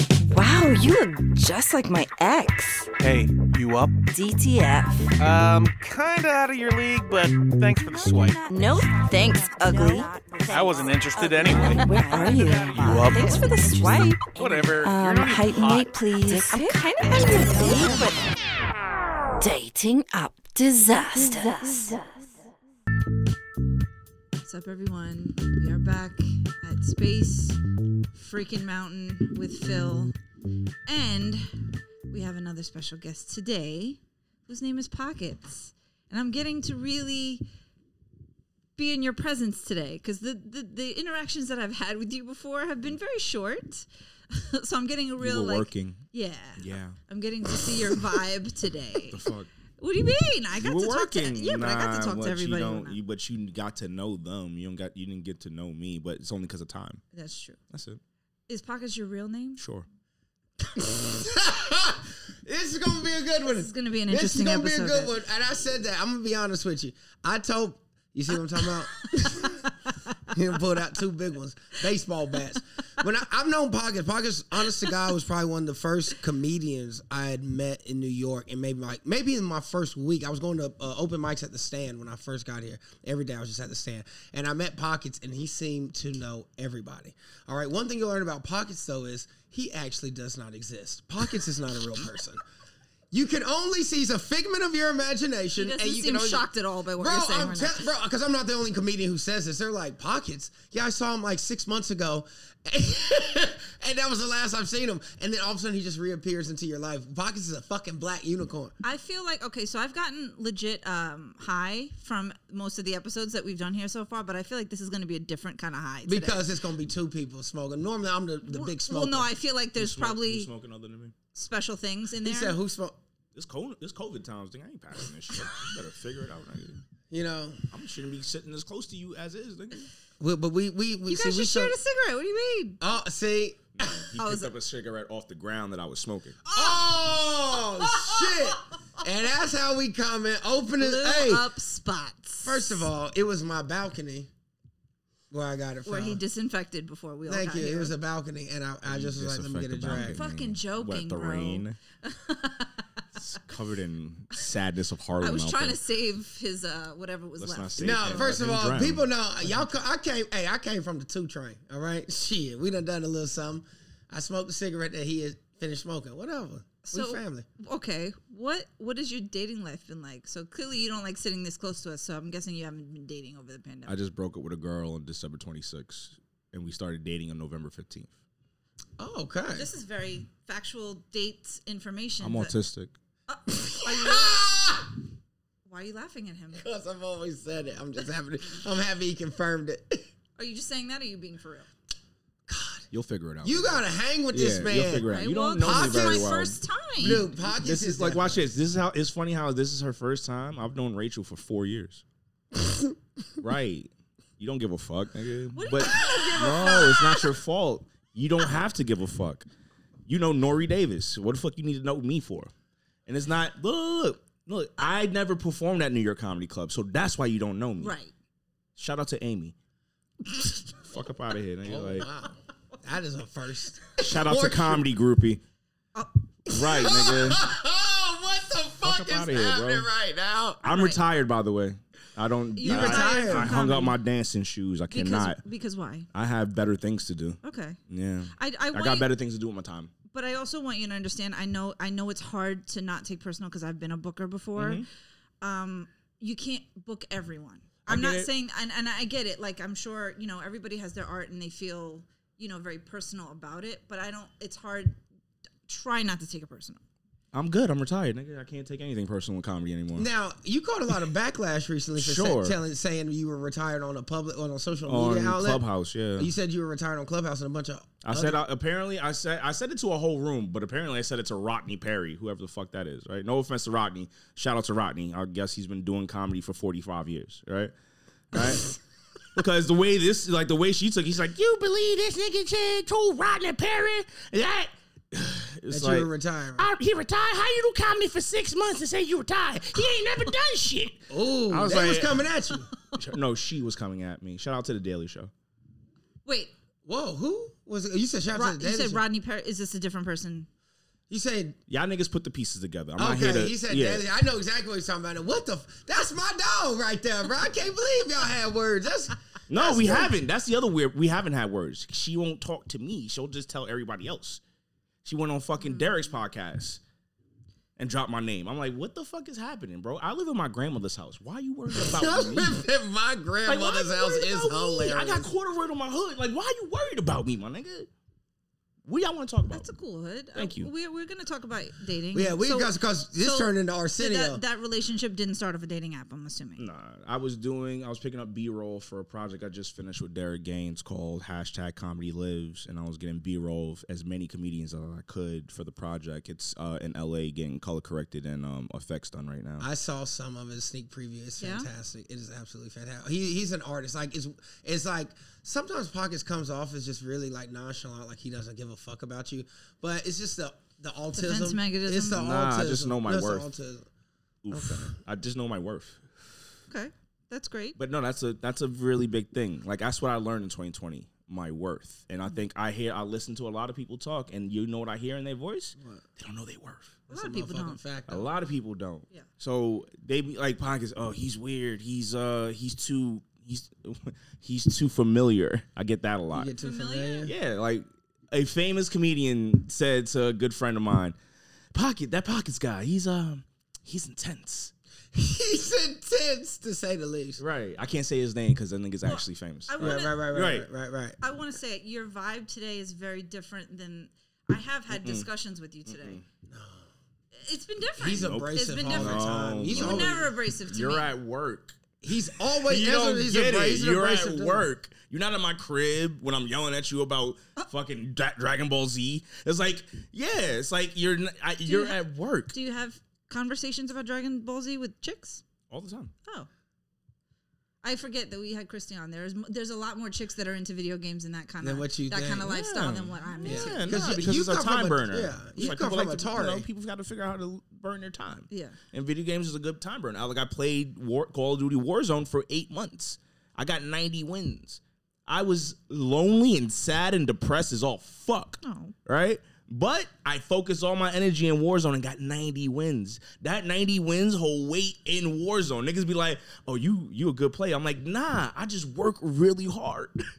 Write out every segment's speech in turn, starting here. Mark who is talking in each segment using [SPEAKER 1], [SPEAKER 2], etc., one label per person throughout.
[SPEAKER 1] Ew, you look just like my ex.
[SPEAKER 2] Hey, you up?
[SPEAKER 1] DTF.
[SPEAKER 2] Um, kinda out of your league, but thanks for the swipe.
[SPEAKER 1] No thanks, ugly.
[SPEAKER 2] I wasn't interested anyway.
[SPEAKER 1] Where are you?
[SPEAKER 2] up?
[SPEAKER 1] Thanks for the swipe.
[SPEAKER 2] Whatever. You're
[SPEAKER 1] Um,
[SPEAKER 2] not even
[SPEAKER 1] height and
[SPEAKER 2] hot.
[SPEAKER 1] weight, please. I'm kind of on your league, but dating up disasters.
[SPEAKER 3] What's up, everyone? We are back at Space Freaking Mountain with Phil. And we have another special guest today whose name is Pockets. And I'm getting to really be in your presence today because the, the, the interactions that I've had with you before have been very short. so I'm getting a real
[SPEAKER 4] We're
[SPEAKER 3] like.
[SPEAKER 4] working.
[SPEAKER 3] Yeah.
[SPEAKER 4] Yeah.
[SPEAKER 3] I'm getting to see your vibe today.
[SPEAKER 4] The fuck.
[SPEAKER 3] What do you mean? I got
[SPEAKER 4] We're
[SPEAKER 3] to talk
[SPEAKER 4] working.
[SPEAKER 3] to yeah, but I got
[SPEAKER 4] Nah,
[SPEAKER 3] to talk
[SPEAKER 4] but
[SPEAKER 3] to everybody.
[SPEAKER 4] You
[SPEAKER 3] when
[SPEAKER 4] don't,
[SPEAKER 3] I-
[SPEAKER 4] you, but you got to know them. You don't got. You didn't get to know me, but it's only because of time.
[SPEAKER 3] That's true.
[SPEAKER 4] That's it.
[SPEAKER 3] Is Pockets your real name?
[SPEAKER 4] Sure.
[SPEAKER 5] This is gonna be a good one.
[SPEAKER 3] This is gonna be an
[SPEAKER 5] This is
[SPEAKER 3] interesting
[SPEAKER 5] gonna
[SPEAKER 3] episode,
[SPEAKER 5] be a good
[SPEAKER 3] guys.
[SPEAKER 5] one. And I said that. I'm gonna be honest with you. I told you see what I'm talking about. He done pulled out two big ones, baseball bats. When I, I've known Pockets, Pockets, honest to God, was probably one of the first comedians I had met in New York, and maybe like maybe in my first week, I was going to uh, open mics at the stand when I first got here. Every day I was just at the stand, and I met Pockets, and he seemed to know everybody. All right, one thing you learn about Pockets though is he actually does not exist. Pockets is not a real person. You can only see he's a figment of your imagination,
[SPEAKER 3] He doesn't
[SPEAKER 5] and you
[SPEAKER 3] seem
[SPEAKER 5] can only,
[SPEAKER 3] shocked at all by what
[SPEAKER 5] bro,
[SPEAKER 3] you're saying.
[SPEAKER 5] I'm
[SPEAKER 3] right
[SPEAKER 5] tell- bro, because I'm not the only comedian who says this. They're like pockets. Yeah, I saw him like six months ago, and that was the last I've seen him. And then all of a sudden, he just reappears into your life. Pockets is a fucking black unicorn.
[SPEAKER 3] now. I feel like okay, so I've gotten legit um, high from most of the episodes that we've done here so far, but I feel like this is going to be a different kind of high. Today.
[SPEAKER 5] Because it's gonna be two people smoking. Normally, I'm the, the big smoker.
[SPEAKER 3] well, no, I feel like there's
[SPEAKER 4] Who's
[SPEAKER 3] probably
[SPEAKER 4] smoking other than me.
[SPEAKER 3] special things in
[SPEAKER 5] he
[SPEAKER 3] there.
[SPEAKER 5] said, "Who smoke?"
[SPEAKER 4] It's COVID. It's COVID times. Thing I ain't passing this shit. You better figure it out. Nigga.
[SPEAKER 5] You know,
[SPEAKER 4] I shouldn't be sitting as close to you as is. Nigga.
[SPEAKER 5] we, but we we we
[SPEAKER 3] you
[SPEAKER 5] see
[SPEAKER 3] guys
[SPEAKER 5] we
[SPEAKER 3] just shared
[SPEAKER 5] so-
[SPEAKER 3] a cigarette. What do you mean?
[SPEAKER 5] Oh, see.
[SPEAKER 4] He
[SPEAKER 3] was-
[SPEAKER 4] picked up a cigarette off the ground that I was smoking.
[SPEAKER 3] Ah!
[SPEAKER 5] Oh shit! And that's how we comment. Open his.
[SPEAKER 3] Blew
[SPEAKER 5] Hey,
[SPEAKER 3] up spots.
[SPEAKER 5] first of all, it was my balcony where I got it from.
[SPEAKER 3] where he disinfected before we all
[SPEAKER 5] Thank
[SPEAKER 3] got
[SPEAKER 5] you. It
[SPEAKER 3] here.
[SPEAKER 5] was a balcony, and I, I just was like, let me get a drag.
[SPEAKER 3] balcony. Fucking joking,
[SPEAKER 4] Wet the
[SPEAKER 3] bro.
[SPEAKER 4] rain. it's covered in sadness of Harlem.
[SPEAKER 3] I was
[SPEAKER 4] out
[SPEAKER 3] trying
[SPEAKER 4] there.
[SPEAKER 3] to save his uh, whatever was
[SPEAKER 4] Let's not
[SPEAKER 3] left.
[SPEAKER 4] say
[SPEAKER 5] No,
[SPEAKER 4] that.
[SPEAKER 5] first of
[SPEAKER 4] Let
[SPEAKER 5] all,
[SPEAKER 4] him drown.
[SPEAKER 5] people know y'all. Co- I came. Hey, I came from the two train. All right, shit. We done done a little something. I smoked a cigarette that he had finished smoking. Whatever.
[SPEAKER 3] So-
[SPEAKER 5] we family.
[SPEAKER 3] Okay, what what has your dating life been like? So clearly you don't like sitting this close to us. So I'm guessing you haven't been dating over the pandemic.
[SPEAKER 4] I just broke up with a girl on December 26th, and we started dating on November 15th.
[SPEAKER 5] Oh, okay.
[SPEAKER 3] This is very factual date information.
[SPEAKER 4] I'm
[SPEAKER 3] but-
[SPEAKER 4] autistic.
[SPEAKER 3] Uh, are you- why are you laughing at him?
[SPEAKER 5] Because I've always said it. I'm just happy. I'm happy he confirmed it.
[SPEAKER 3] Are you just saying that? Or are you being for real?
[SPEAKER 4] You'll figure it out.
[SPEAKER 5] You gotta hang with
[SPEAKER 4] yeah,
[SPEAKER 5] this man.
[SPEAKER 4] You'll figure it out.
[SPEAKER 3] Right,
[SPEAKER 4] You don't
[SPEAKER 3] well,
[SPEAKER 4] know me
[SPEAKER 3] this is
[SPEAKER 4] very
[SPEAKER 3] my
[SPEAKER 4] well.
[SPEAKER 3] first time.
[SPEAKER 5] Dude, pockets
[SPEAKER 4] This is like
[SPEAKER 5] that-
[SPEAKER 4] watch this. This is how it's funny how this is her first time. I've known Rachel for four years. right. You don't give a fuck, nigga. but no, it's not your fault. You don't have to give a fuck. You know Nori Davis. What the fuck you need to know me for? And it's not look, look, look. I never performed at New York Comedy Club, so that's why you don't know me.
[SPEAKER 3] Right.
[SPEAKER 4] Shout out to Amy. fuck up out of here, nigga. Like,
[SPEAKER 5] Wow, that is a first.
[SPEAKER 4] Shout out to comedy groupie. Right, nigga.
[SPEAKER 5] oh, what the fuck,
[SPEAKER 4] up outta
[SPEAKER 5] is happening
[SPEAKER 4] here, bro.
[SPEAKER 5] right now?
[SPEAKER 4] I'm retired, by the way. I don't.
[SPEAKER 3] You're
[SPEAKER 4] I,
[SPEAKER 3] retired
[SPEAKER 4] I
[SPEAKER 3] from
[SPEAKER 4] hung up
[SPEAKER 3] comedy.
[SPEAKER 4] my dancing shoes. I
[SPEAKER 3] Because
[SPEAKER 4] cannot.
[SPEAKER 3] because why?
[SPEAKER 4] I have better things to do.
[SPEAKER 3] Okay.
[SPEAKER 4] Yeah.
[SPEAKER 3] I, I,
[SPEAKER 4] I
[SPEAKER 3] want
[SPEAKER 4] got
[SPEAKER 3] you-
[SPEAKER 4] better things to do with my time.
[SPEAKER 3] but I also want you to understand. I know I know it's hard to not take personal because I've been a booker before.
[SPEAKER 5] Mm-hmm.
[SPEAKER 3] Um, you can't book everyone. I'm
[SPEAKER 4] get
[SPEAKER 3] not
[SPEAKER 4] it.
[SPEAKER 3] saying, and, and I get it. Like I'm sure you know everybody has their art and they feel you know very personal about it. But I don't. It's hard. Try not to take it personal.
[SPEAKER 4] I'm good. I'm retired, nigga. I can't take anything personal in comedy anymore.
[SPEAKER 5] Now you caught a lot of backlash recently for
[SPEAKER 4] Sure.
[SPEAKER 5] sa- telling saying you were retired on a public on a social
[SPEAKER 4] on
[SPEAKER 5] media outlet.
[SPEAKER 4] Clubhouse, yeah.
[SPEAKER 5] You said you were retired on Clubhouse and a bunch of.
[SPEAKER 4] I said I, apparently I said I said it to a whole room, but apparently I said it to Rodney Perry, whoever the fuck that is, right? No offense to Rodney. Shout out to Rodney. I guess he's been doing comedy for 45 years, right? Right? because the way this like the way she took, he's like, You believe this nigga said to Rodney Perry that it's
[SPEAKER 5] that
[SPEAKER 4] like
[SPEAKER 5] you were retired.
[SPEAKER 4] "I- he retired. How you do comedy for six months and say you retired? He ain't never done shit.
[SPEAKER 5] Ooh,
[SPEAKER 4] I was
[SPEAKER 5] they
[SPEAKER 4] like-
[SPEAKER 5] was coming at you.
[SPEAKER 4] No, she was coming at me. Shout out to the Daily Show.
[SPEAKER 3] Wait,
[SPEAKER 5] Whoa, who was it? You said shout out
[SPEAKER 3] Rod,
[SPEAKER 5] to the
[SPEAKER 3] you
[SPEAKER 5] Daily
[SPEAKER 3] said
[SPEAKER 5] Show.
[SPEAKER 3] Rodney Perry. Is this a different person?
[SPEAKER 5] He said,
[SPEAKER 4] Y'all niggas put the pieces together. I'm not
[SPEAKER 5] okay.
[SPEAKER 4] here to.
[SPEAKER 5] he said,
[SPEAKER 4] yeah.
[SPEAKER 5] "Daddy, I know exactly what he's talking about. What the? F- that's my dog right there, bro. I can't believe y'all had words. That's
[SPEAKER 4] No, we haven't. That's the other weird. We haven't had words. She won't talk to me. She'll just tell everybody else. She went on
[SPEAKER 5] Mm.
[SPEAKER 4] fucking Derek's podcast and dropped my name. I'm like, what the fuck is happening, bro? I live in my grandmother's house. Why are you worried about me?
[SPEAKER 5] my
[SPEAKER 4] Like, why are you
[SPEAKER 5] grandmother's house
[SPEAKER 4] worried
[SPEAKER 5] is
[SPEAKER 4] about me?
[SPEAKER 5] hilarious.
[SPEAKER 4] I got corduroy on my hood. Like, why are you worried about me, my nigga? What y'all want to talk about?
[SPEAKER 3] That's a cool hood.
[SPEAKER 4] Thank
[SPEAKER 3] Uh,
[SPEAKER 4] you.
[SPEAKER 3] We're, we're going to talk about dating.
[SPEAKER 5] yeah, we
[SPEAKER 3] So-
[SPEAKER 5] got because this
[SPEAKER 3] so
[SPEAKER 5] turned into Mm.
[SPEAKER 3] did
[SPEAKER 5] Arsenio.
[SPEAKER 3] that, that relationship didn't start off a dating app, I'm assuming.
[SPEAKER 4] Nah, I was doing, I was picking up B roll for a project I just finished with Derek Gaines called hashtag Comedy Lives, and I was getting B roll of as many comedians as I could for the project. It's uh, in LA getting color corrected and um, effects done right now.
[SPEAKER 5] I saw some of his sneak preview. It's
[SPEAKER 3] Yeah?
[SPEAKER 5] fantastic. It is absolutely fantastic. He, he's an artist. Like it's it's like sometimes pockets comes off as just really like nonchalant, like he doesn't give a fuck about you. But it's just the the autism.
[SPEAKER 3] mechanism?
[SPEAKER 5] It's the
[SPEAKER 4] Nah,
[SPEAKER 5] autism.
[SPEAKER 4] I just know my
[SPEAKER 5] That's the
[SPEAKER 4] worth.
[SPEAKER 5] autism.
[SPEAKER 4] Oof. I just know my worth.
[SPEAKER 3] Okay. That's great.
[SPEAKER 4] But no, that's a that's a really big thing. Like that's what I learned in 2020, my worth. And I think I hear I listen to a lot of people talk, and you know what I hear in their voice? They don't know their worth.
[SPEAKER 3] a lot of people
[SPEAKER 5] Motherfucking
[SPEAKER 3] don't.
[SPEAKER 5] Fact,
[SPEAKER 4] A lot of people don't.
[SPEAKER 3] Yeah.
[SPEAKER 4] So they be like pockets. Oh, he's weird. He's uh, he's too he's he's too familiar. I get that a
[SPEAKER 5] You
[SPEAKER 4] lot.
[SPEAKER 5] get too
[SPEAKER 3] Familiar?
[SPEAKER 5] familiar.
[SPEAKER 4] Yeah, like a famous comedian said to a good friend of mine, "Pocket, that pockets guy. He's um, he's intense."
[SPEAKER 5] He's intense to say the least.
[SPEAKER 4] Right. I can't say his name because that nigga's actually famous.
[SPEAKER 3] I
[SPEAKER 5] Right,
[SPEAKER 3] want
[SPEAKER 5] right,
[SPEAKER 3] to
[SPEAKER 5] right, right,
[SPEAKER 4] Right.
[SPEAKER 5] right, right, right.
[SPEAKER 3] I want to say your vibe today is very different than I have had discussions with you today. It's been different.
[SPEAKER 5] He's abrasive
[SPEAKER 3] It's been
[SPEAKER 5] all the
[SPEAKER 3] different.
[SPEAKER 5] time.
[SPEAKER 4] No,
[SPEAKER 5] He's
[SPEAKER 4] no.
[SPEAKER 3] You're
[SPEAKER 5] always,
[SPEAKER 3] never abrasive to
[SPEAKER 4] You're
[SPEAKER 3] me.
[SPEAKER 4] at work.
[SPEAKER 5] he's always
[SPEAKER 4] you
[SPEAKER 5] that's what
[SPEAKER 4] don't
[SPEAKER 5] he's
[SPEAKER 4] get it.
[SPEAKER 5] abrasive,
[SPEAKER 4] You're at
[SPEAKER 5] abrasive to-
[SPEAKER 4] work. You're not in my crib when I'm yelling at you about fucking Dra- Dragon Ball Z. It's like, yeah, it's like you're n I you're
[SPEAKER 3] you ha-
[SPEAKER 4] at work
[SPEAKER 3] Do you have conversations about Dragon Ball Z with chicks?
[SPEAKER 4] all the time.
[SPEAKER 3] Oh. I forget that we had Christy on. There's m- there's a lot more chicks that are into video games and that kind of
[SPEAKER 5] Than what you
[SPEAKER 3] that kind
[SPEAKER 5] think.
[SPEAKER 3] of lifestyle than what I'm into.
[SPEAKER 4] Yeah,
[SPEAKER 5] Because
[SPEAKER 4] nah,
[SPEAKER 5] you-
[SPEAKER 4] because
[SPEAKER 5] you
[SPEAKER 4] it's a
[SPEAKER 5] come from
[SPEAKER 4] time
[SPEAKER 5] a-
[SPEAKER 4] burner.
[SPEAKER 5] yeah,
[SPEAKER 4] It's
[SPEAKER 5] you
[SPEAKER 4] like
[SPEAKER 5] come
[SPEAKER 4] people
[SPEAKER 5] from
[SPEAKER 4] like
[SPEAKER 5] a
[SPEAKER 4] to, you know,
[SPEAKER 5] Atari.
[SPEAKER 4] people got to figure out how to burn their time.
[SPEAKER 3] Yeah.
[SPEAKER 4] and video games is a good time burner. I- Like I played War, Call of Duty Warzone for eight months. I got 90 wins. I was lonely and sad and depressed as all fuck.
[SPEAKER 3] Oh.
[SPEAKER 4] Right? But I focused all my energy in Warzone and got 90 wins. That 90 wins whole weight in Warzone. Niggas be like, oh, you you a good player. I'm like, nah, I just work really hard.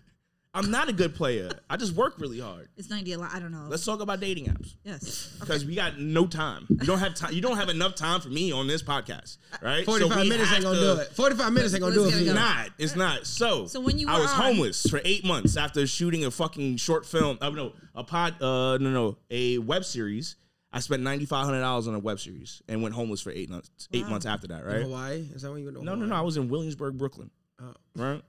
[SPEAKER 4] I'm not a good player. I just work really hard.
[SPEAKER 3] It's 90 a lot. I don't know.
[SPEAKER 4] Let's talk about dating apps.
[SPEAKER 3] yes.
[SPEAKER 4] Because we got no time. You don't have time. You don't have enough time for me on this podcast, right? So
[SPEAKER 5] 45
[SPEAKER 4] we
[SPEAKER 5] minutes
[SPEAKER 4] have
[SPEAKER 5] ain't gonna
[SPEAKER 4] to-
[SPEAKER 5] do it. 45 minutes ain't gonna
[SPEAKER 3] Let's
[SPEAKER 5] do it.
[SPEAKER 3] get
[SPEAKER 5] for
[SPEAKER 3] it
[SPEAKER 5] you.
[SPEAKER 3] going.
[SPEAKER 4] Not. It's not. So,
[SPEAKER 3] So when you
[SPEAKER 4] I
[SPEAKER 3] were
[SPEAKER 4] was
[SPEAKER 3] on-
[SPEAKER 4] homeless for eight months after shooting a fucking short film. Uh, no, a pod. Uh, no, no, a web series. I spent ninety five hundred dollars on a web series and went homeless for eight months. Eight months after that, right?
[SPEAKER 5] Hawaii? Is that when you went to
[SPEAKER 4] No, no,
[SPEAKER 5] Hawaii?
[SPEAKER 4] no. I was in Williamsburg, Brooklyn.
[SPEAKER 5] Oh.
[SPEAKER 4] Right.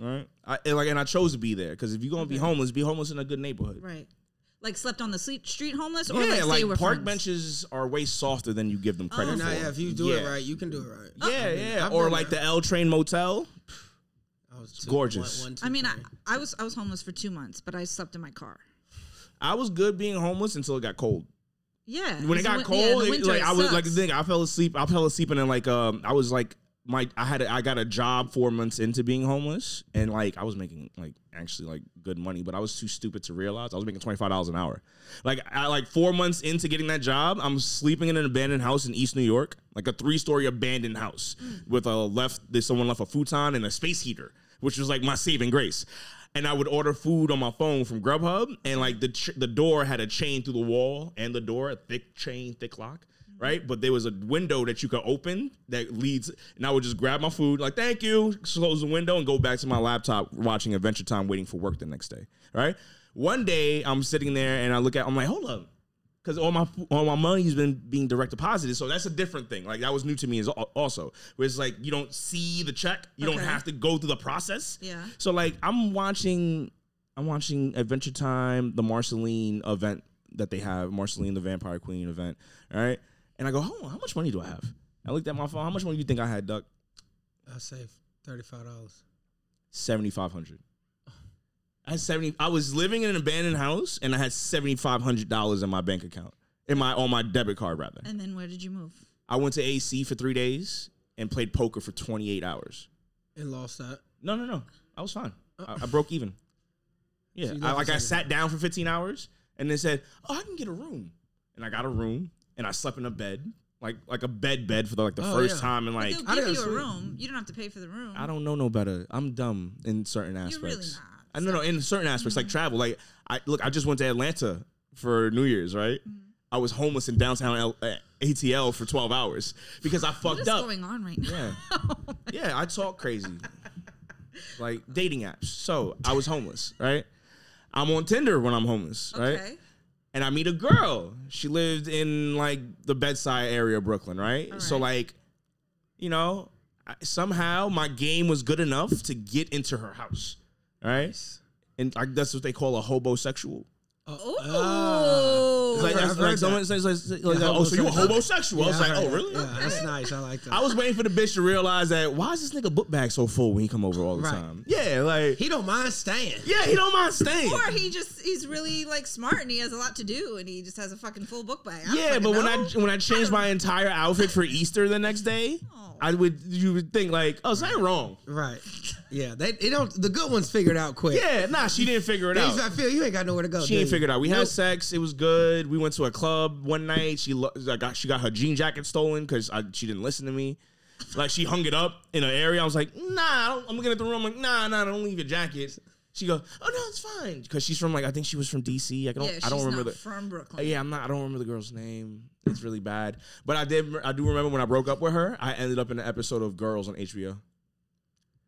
[SPEAKER 4] Right. I, and like, and I chose to be there because if you're gonna be homeless, be homeless in a good neighborhood.
[SPEAKER 3] Right. Like slept on the sleep, street homeless or
[SPEAKER 4] Yeah,
[SPEAKER 3] like,
[SPEAKER 4] like,
[SPEAKER 3] stay with
[SPEAKER 4] park
[SPEAKER 3] friends? Oh.
[SPEAKER 4] benches are way softer than you give them credit
[SPEAKER 5] And
[SPEAKER 4] for.
[SPEAKER 5] now, yeah, if you do it
[SPEAKER 4] Yeah.
[SPEAKER 5] right, you can do it right.
[SPEAKER 3] Uh-uh.
[SPEAKER 4] Yeah, yeah.
[SPEAKER 5] I've
[SPEAKER 4] or
[SPEAKER 5] been
[SPEAKER 4] like
[SPEAKER 5] there.
[SPEAKER 4] the L Train Motel.
[SPEAKER 5] I was two-
[SPEAKER 4] gorgeous.
[SPEAKER 5] one- one, two,
[SPEAKER 3] I mean, I,
[SPEAKER 5] three.
[SPEAKER 3] I was I was homeless for 2 months, but I slept in my car.
[SPEAKER 4] I was good being homeless until it got cold.
[SPEAKER 3] Yeah.
[SPEAKER 4] When it
[SPEAKER 3] it's win-
[SPEAKER 4] got
[SPEAKER 3] yeah, in
[SPEAKER 4] cold,
[SPEAKER 3] the
[SPEAKER 4] it-
[SPEAKER 3] winter,
[SPEAKER 4] like
[SPEAKER 3] it
[SPEAKER 4] I was like the
[SPEAKER 3] sucks.
[SPEAKER 4] thing, I fell asleep. I fell asleep and then like um, I was like my I had a, I got a job four months into being homeless and like I was making like actually like good money, but I was too stupid to realize I was making twenty five dollars an hour. Like I like four months into getting that job, I'm sleeping in an abandoned house in East New York, like a three story abandoned house with a left. There's someone left a futon and a space heater, which was like my saving grace. and I would order food on my phone from Grubhub, and like the ch- the door had a chain through the wall and the door, a thick chain, thick lock, Mm-hmm. right? But there was a window that you could open that leads, and I would just grab my food, like thank you, close the window, and go back to my laptop watching Adventure Time, waiting for work the next day, right? One day I'm sitting there and I look at, I'm like, hold up. Cause all my all my money's been being direct deposited, so that's a different thing. Like that was new to me as al- also, where it's like you don't see the check, you don't
[SPEAKER 3] Okay.
[SPEAKER 4] have to go through the process.
[SPEAKER 3] Yeah.
[SPEAKER 4] So like I'm watching I'm watching Adventure Time, the Marceline event that they have, Marceline the Vampire Queen event. All right. And I go, hold on, how much money do I have? I looked at my phone, how much money do you think I had, Duck?
[SPEAKER 5] I saved thirty-five dollars.
[SPEAKER 4] Seventy five hundred. I had seventy I was living in an abandoned house and I had seventy five hundred dollars in my bank account. In my on my debit card rather.
[SPEAKER 3] And then where did you move?
[SPEAKER 4] I went to AC for three days and played poker for twenty eight hours.
[SPEAKER 5] And lost that.
[SPEAKER 4] No, no, no. I was fine. I, I broke even. Yeah,
[SPEAKER 5] Oh. So you
[SPEAKER 4] I,
[SPEAKER 5] left
[SPEAKER 4] like I
[SPEAKER 5] us
[SPEAKER 4] sat down for 15 hours and they said, "Oh, I can get a room." and I got a room and I slept in a bed, like like a bed bed for the, like the
[SPEAKER 5] Oh,
[SPEAKER 4] first
[SPEAKER 5] yeah.
[SPEAKER 4] time, and like
[SPEAKER 3] They'll
[SPEAKER 5] I
[SPEAKER 3] give you
[SPEAKER 5] gotta
[SPEAKER 3] a
[SPEAKER 5] sleep.
[SPEAKER 3] room. You don't have to pay for the room.
[SPEAKER 4] I don't know no better. I'm dumb in certain aspects.
[SPEAKER 3] You're really not.
[SPEAKER 4] I no no in certain
[SPEAKER 5] Mm-hmm.
[SPEAKER 4] aspects like travel. Like I look, I just went to Atlanta for New Year's, right?
[SPEAKER 5] Mm-hmm.
[SPEAKER 4] I was homeless in downtown L- uh, ATL for 12 hours because I
[SPEAKER 3] What
[SPEAKER 4] fucked
[SPEAKER 3] is
[SPEAKER 4] up.
[SPEAKER 3] going on right now?
[SPEAKER 4] Yeah. yeah, I talk crazy. Like dating apps. So I was homeless, right? I'm on Tinder when I'm homeless, right?
[SPEAKER 3] Okay.
[SPEAKER 4] And I meet a girl. She lived in like the bedside area of Brooklyn, right? So
[SPEAKER 3] Alright.
[SPEAKER 4] like, you know, I, somehow my game was good enough to get into her house, right? And like that's what they call a hobosexual.
[SPEAKER 3] Oh.
[SPEAKER 4] It's like,
[SPEAKER 5] I've
[SPEAKER 4] that's
[SPEAKER 5] Uh, heard
[SPEAKER 4] like
[SPEAKER 5] that.
[SPEAKER 4] someone says, like, like, oh, so you a hobosexual? I was like, oh, really?
[SPEAKER 5] Yeah, that's nice. I like that.
[SPEAKER 4] I was waiting for the bitch to realize that why is this nigga book bag so full when he come over all the
[SPEAKER 5] Right.
[SPEAKER 4] time? Yeah, like
[SPEAKER 5] he don't mind staying.
[SPEAKER 4] yeah, he don't mind staying.
[SPEAKER 3] or he just he's really like smart and he has a lot to do and he just has a fucking full book bag. I don't
[SPEAKER 4] Yeah,
[SPEAKER 3] fucking
[SPEAKER 4] but when I
[SPEAKER 3] know.
[SPEAKER 4] when I changed my entire outfit for Easter the next day,
[SPEAKER 5] Oh.
[SPEAKER 4] I would you would think like, oh, is that wrong?
[SPEAKER 5] Right. Yeah. They, they don't. The good ones figured out quick.
[SPEAKER 4] Yeah, nah, she didn't figure it
[SPEAKER 5] They
[SPEAKER 4] out.
[SPEAKER 5] just- I feel you ain't got nowhere to go.
[SPEAKER 4] She ain't
[SPEAKER 5] dude.
[SPEAKER 4] figured it out. We had
[SPEAKER 5] Nope.
[SPEAKER 4] sex. It was good. We went to a club one night. She lo- I got she got her jean jacket stolen because she didn't listen to me. Like she hung it up in an area. I was like, nah. I don't, I'm looking at the room. I'm like, nah, nah. Don't leave your jacket. She go, oh no, it's fine. Because she's from like I think she was from DC. I don't
[SPEAKER 3] yeah,
[SPEAKER 4] I don't
[SPEAKER 3] she's
[SPEAKER 4] remember
[SPEAKER 3] not
[SPEAKER 4] the.
[SPEAKER 3] from Brooklyn.
[SPEAKER 4] Uh, Yeah, I'm not. I don't remember the girl's name. It's really bad. But I did. I do remember when I broke up with her. I ended up in an episode of Girls on HBO.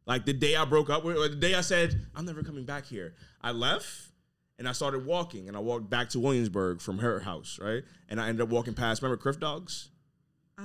[SPEAKER 4] Like the day I broke up with, or the day I said I'm never coming back here. I left and I started walking, and I walked back to Williamsburg from her house, right? And I ended up walking past. Remember Criff Dogs?
[SPEAKER 3] Uh,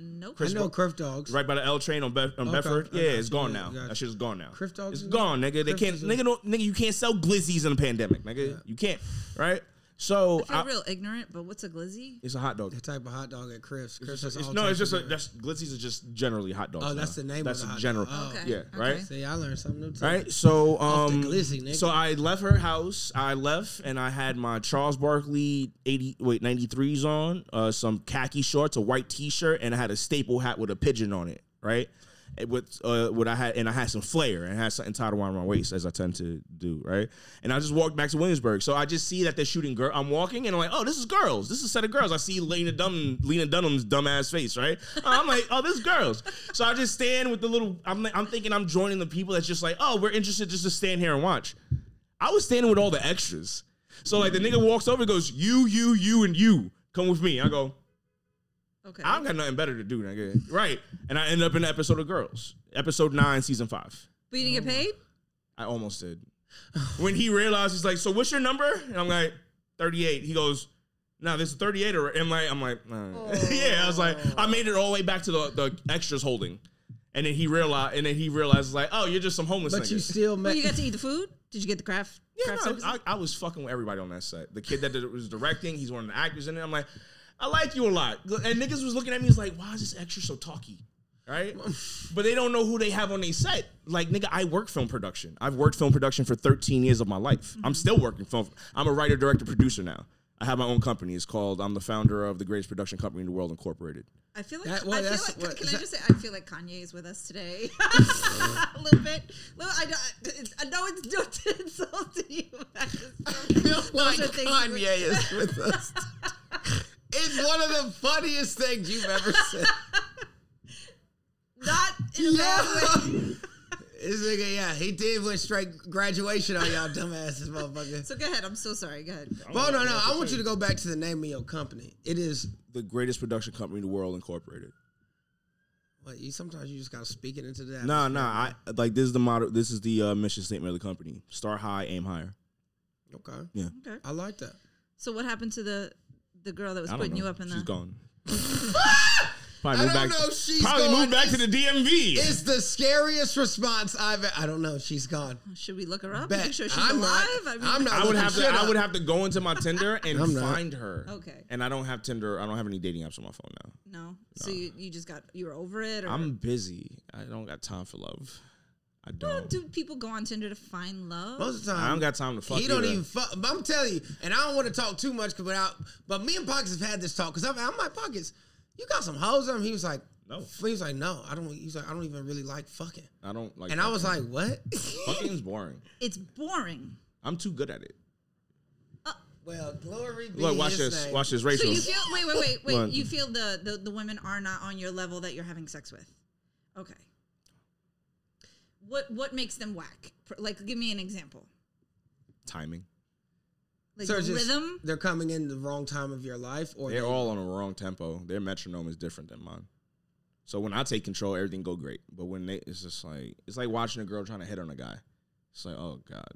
[SPEAKER 3] nope.
[SPEAKER 5] I know Criff dogs.
[SPEAKER 4] Right by the L train on, Bef- on
[SPEAKER 5] Okay,
[SPEAKER 4] Bedford.
[SPEAKER 5] I
[SPEAKER 4] Yeah,
[SPEAKER 5] got
[SPEAKER 4] it's
[SPEAKER 5] you,
[SPEAKER 4] gone
[SPEAKER 5] yeah,
[SPEAKER 4] now.
[SPEAKER 5] got you.
[SPEAKER 4] That shit's gone now.
[SPEAKER 5] Criff dogs
[SPEAKER 4] It's
[SPEAKER 5] is-
[SPEAKER 4] gone, nigga. They
[SPEAKER 5] Criff
[SPEAKER 4] can't,
[SPEAKER 5] is a-
[SPEAKER 4] nigga, don't, nigga. You can't sell glizzies in a pandemic, nigga. You can't, right? So
[SPEAKER 3] I feel
[SPEAKER 4] Oh, I-
[SPEAKER 3] real ignorant, but what's a glizzy?
[SPEAKER 4] it's a hot dog.
[SPEAKER 5] The type of hot dog at Criff's. Criff's has
[SPEAKER 4] It's-
[SPEAKER 5] all
[SPEAKER 4] no,
[SPEAKER 5] types
[SPEAKER 4] it's just
[SPEAKER 5] of
[SPEAKER 4] a,
[SPEAKER 5] good-
[SPEAKER 4] that's glizzies are just generally hot dogs.
[SPEAKER 5] Oh,
[SPEAKER 4] now.
[SPEAKER 5] that's the name.
[SPEAKER 4] That's
[SPEAKER 5] of the
[SPEAKER 4] a
[SPEAKER 5] hot
[SPEAKER 4] general.
[SPEAKER 5] Dog. Oh.
[SPEAKER 3] Okay.
[SPEAKER 4] Yeah, right.
[SPEAKER 5] See, I learned something new. Today.
[SPEAKER 4] Right. So,
[SPEAKER 5] Off the
[SPEAKER 4] um,
[SPEAKER 5] glizzy, nigga.
[SPEAKER 4] so I left her house. I left and I had my Charles Barkley eighty wait ninety threes on, uh, some khaki shorts, a white t shirt, and I had a staple hat with a pigeon on it. Right. It with uh, what I had, and I had some flair, and I had something tied around my waist, as I tend to do, right? And I just walked back to Williamsburg, so I just see that they're shooting girl. I'm walking, and I'm like, oh, this is girls. This is a set of girls. I see Lena Dunham, Lena Dunham's dumbass face, right? I'm like, oh, this is girls. So I just stand with the little. I'm like, I'm thinking I'm joining the people that's just like, oh, we're interested just to stand here and watch. I was standing with all the extras. So like the nigga walks over and goes, you, you, you, and you, come with me. I go,
[SPEAKER 3] Okay.
[SPEAKER 4] I don't got nothing better to do, nigga. Right. And I end up in an episode of Girls, episode nine, season five.
[SPEAKER 3] but you didn't
[SPEAKER 4] Oh.
[SPEAKER 3] get paid?
[SPEAKER 4] I almost did. When he realized, he's like, so what's your number? And I'm like, 38. He goes, no, this is 38. Or, I'm like, I'm like, nah. yeah. I was like, I made it all the way back to the, the extras holding. And then he realized, and then he realizes, like, oh, you're just some homeless
[SPEAKER 5] But
[SPEAKER 4] nigga.
[SPEAKER 5] you still
[SPEAKER 3] Well,
[SPEAKER 5] met.
[SPEAKER 3] you got to eat the food? Did you get the craft?
[SPEAKER 4] Yeah,
[SPEAKER 3] craft
[SPEAKER 4] no,
[SPEAKER 3] services?
[SPEAKER 4] I, I was fucking with everybody on that set. The kid that did- was directing, he's one of the actors in it. I'm like, I like you a lot. And niggas was looking at me, was like, why is this extra so talky? Right? but they don't know who they have on their set. Like, nigga, I work film production. I've worked film production for 13 years of my life. I'm still working film. I'm a writer, director, producer now. I have my own company. It's called, I'm the founder of the greatest production company in the world, Incorporated.
[SPEAKER 3] I feel like,
[SPEAKER 5] That- well,
[SPEAKER 3] I feel like
[SPEAKER 5] that's- what-
[SPEAKER 3] can
[SPEAKER 5] is
[SPEAKER 3] I
[SPEAKER 5] that-
[SPEAKER 3] just say I feel like Kanye is with us today a little bit. Little, I, don't- it's, I know it's not to insult to you. but I just feel
[SPEAKER 5] feel like
[SPEAKER 3] are things we-
[SPEAKER 5] Kanye is with us. it's one of the funniest things you've ever said.
[SPEAKER 3] not in a
[SPEAKER 5] Yeah.
[SPEAKER 3] bad way.
[SPEAKER 5] This nigga, yeah, he did went straight graduation on y'all dumbasses, motherfucker.
[SPEAKER 3] So go ahead. I'm so sorry. Go ahead.
[SPEAKER 5] Well, no, no, I want you to go back to the name of your company. It is
[SPEAKER 4] The greatest production company in the world, Incorporated.
[SPEAKER 5] what you sometimes you just gotta speak it into that.
[SPEAKER 4] No, no, I like this is the model. This is the uh, mission statement of the company: start high, aim higher.
[SPEAKER 5] Okay.
[SPEAKER 4] Yeah,
[SPEAKER 3] Okay.
[SPEAKER 5] I like that.
[SPEAKER 3] So what happened to the the girl that was
[SPEAKER 4] I don't
[SPEAKER 3] putting
[SPEAKER 4] know.
[SPEAKER 3] you up in
[SPEAKER 4] She's
[SPEAKER 3] the?
[SPEAKER 4] gone. probably
[SPEAKER 5] I
[SPEAKER 4] moved
[SPEAKER 5] don't
[SPEAKER 4] back.
[SPEAKER 5] know if she's
[SPEAKER 4] probably
[SPEAKER 5] gone.
[SPEAKER 4] moved back to the DMV.
[SPEAKER 5] It's the scariest response I've e-, I don't know, she's gone.
[SPEAKER 3] Should we look her up?
[SPEAKER 5] Bet.
[SPEAKER 3] Make sure she's
[SPEAKER 5] I'm
[SPEAKER 3] alive.
[SPEAKER 5] not- I'm not-
[SPEAKER 4] I would
[SPEAKER 5] looking
[SPEAKER 4] have to.
[SPEAKER 5] shit
[SPEAKER 4] I
[SPEAKER 5] up.
[SPEAKER 4] would have to go into my Tinder
[SPEAKER 5] I'm
[SPEAKER 4] and
[SPEAKER 5] not.
[SPEAKER 4] find her.
[SPEAKER 3] Okay.
[SPEAKER 4] And I don't have Tinder. I don't have any dating apps on my phone now.
[SPEAKER 3] No. So you, you just got you were over it, or
[SPEAKER 4] I'm busy. I don't got time for love. I
[SPEAKER 3] Well,
[SPEAKER 4] don't.
[SPEAKER 3] do people go on Tinder to find love?
[SPEAKER 5] Most of the time
[SPEAKER 4] I don't got time to fuck.
[SPEAKER 5] he don't
[SPEAKER 4] either.
[SPEAKER 5] even fuck. But I'm telling you, and I don't want to talk too much because without, but me and Pockets have had this talk because I'm, I'm like Pockets, you got some hoes on him. He was like,
[SPEAKER 4] No.
[SPEAKER 5] He was like, no, I don't. He was like, I don't even really like fucking.
[SPEAKER 4] I don't like.
[SPEAKER 5] And I was like, what?
[SPEAKER 4] fucking is boring.
[SPEAKER 3] it's boring.
[SPEAKER 4] I'm too good at it.
[SPEAKER 5] Well, glory be.
[SPEAKER 4] Look, watch
[SPEAKER 5] his
[SPEAKER 4] this.
[SPEAKER 5] name.
[SPEAKER 4] Watch this,
[SPEAKER 3] So
[SPEAKER 4] Rachel.
[SPEAKER 3] you feel wait, wait, wait,
[SPEAKER 4] One.
[SPEAKER 3] wait. You feel the, the the women are not on your level that you're having sex with. Okay. What what makes them whack? Pr- Like, give me an example.
[SPEAKER 4] Timing.
[SPEAKER 3] Like
[SPEAKER 5] So it's just-
[SPEAKER 3] rhythm.
[SPEAKER 5] They're coming in the wrong time of your life, or
[SPEAKER 4] They're
[SPEAKER 5] they-
[SPEAKER 4] all on the wrong tempo. Their metronome is different than mine. So when I take control, everything go great. But when they, it's just like it's like watching a girl trying to hit on a guy. It's like, oh god.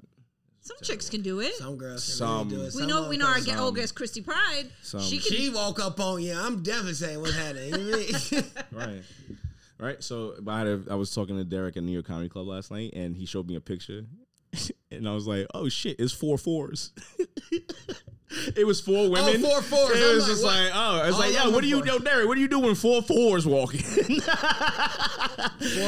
[SPEAKER 3] Some chicks can do it.
[SPEAKER 5] some girls. can
[SPEAKER 4] Some-
[SPEAKER 5] really do it.
[SPEAKER 3] we
[SPEAKER 5] Some
[SPEAKER 3] know we know our
[SPEAKER 5] motherfuckers-
[SPEAKER 3] ga- old girl Christy Pride.
[SPEAKER 4] Some-
[SPEAKER 3] She can.
[SPEAKER 5] She woke up on you. I'm devastated. What's happening? You mean-
[SPEAKER 4] right. Right. So but I, had a, I was talking to Derek at New York Comedy Club last night, and he showed me a picture, and I was like, "Oh shit, it's four fours. it was four women.
[SPEAKER 5] Oh, four
[SPEAKER 4] It
[SPEAKER 5] fours. I'm
[SPEAKER 4] was
[SPEAKER 5] like,
[SPEAKER 4] just
[SPEAKER 5] what?
[SPEAKER 4] like, oh, it's
[SPEAKER 5] All
[SPEAKER 4] like,
[SPEAKER 5] I'm
[SPEAKER 4] yo, what do you,
[SPEAKER 5] looking
[SPEAKER 4] yo, Derek, what do you do when four fours walking?
[SPEAKER 5] four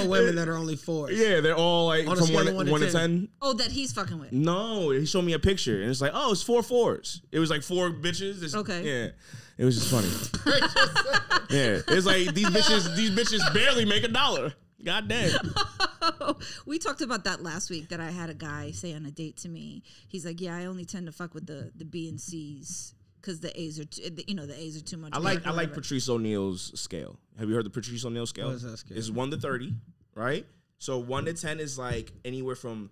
[SPEAKER 5] women that are only fours.
[SPEAKER 4] yeah, they're all like
[SPEAKER 5] On a
[SPEAKER 4] from
[SPEAKER 5] scale
[SPEAKER 4] one,
[SPEAKER 5] of one to
[SPEAKER 4] one to
[SPEAKER 5] 10.
[SPEAKER 4] ten.
[SPEAKER 3] oh, that he's fucking with.
[SPEAKER 4] No, he showed me a picture, and it's like, oh, it's four fours. It was like four bitches. It's-
[SPEAKER 3] Okay.
[SPEAKER 4] Yeah, it was just funny. yeah, it's like these bitches. These bitches barely make a dollar. God damn.
[SPEAKER 3] we talked about that last week that I had a guy say on a date to me. He's like, "Yeah, I only tend to fuck with the the B and C's because the A's are too, the, you know the A's are too much."
[SPEAKER 4] I like I like Patrice O'Neal's scale. Have you heard the Patrice O'Neal scale?
[SPEAKER 5] What is that scale?
[SPEAKER 4] It's one to thirty, right? So one to ten is like anywhere from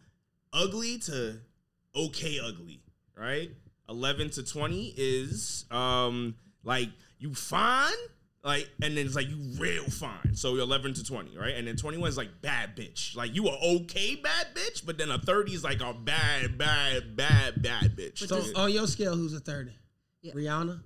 [SPEAKER 4] ugly to okay ugly, right? Eleven to twenty is um like you fine, like and then it's like you real fine. So eleven to twenty, right? And then twenty one is like bad bitch, like you a okay bad bitch, but then a thirty is like a bad bad bad bad bitch.
[SPEAKER 5] So on your scale, who's a thirty?
[SPEAKER 3] Yeah.
[SPEAKER 5] Rihanna.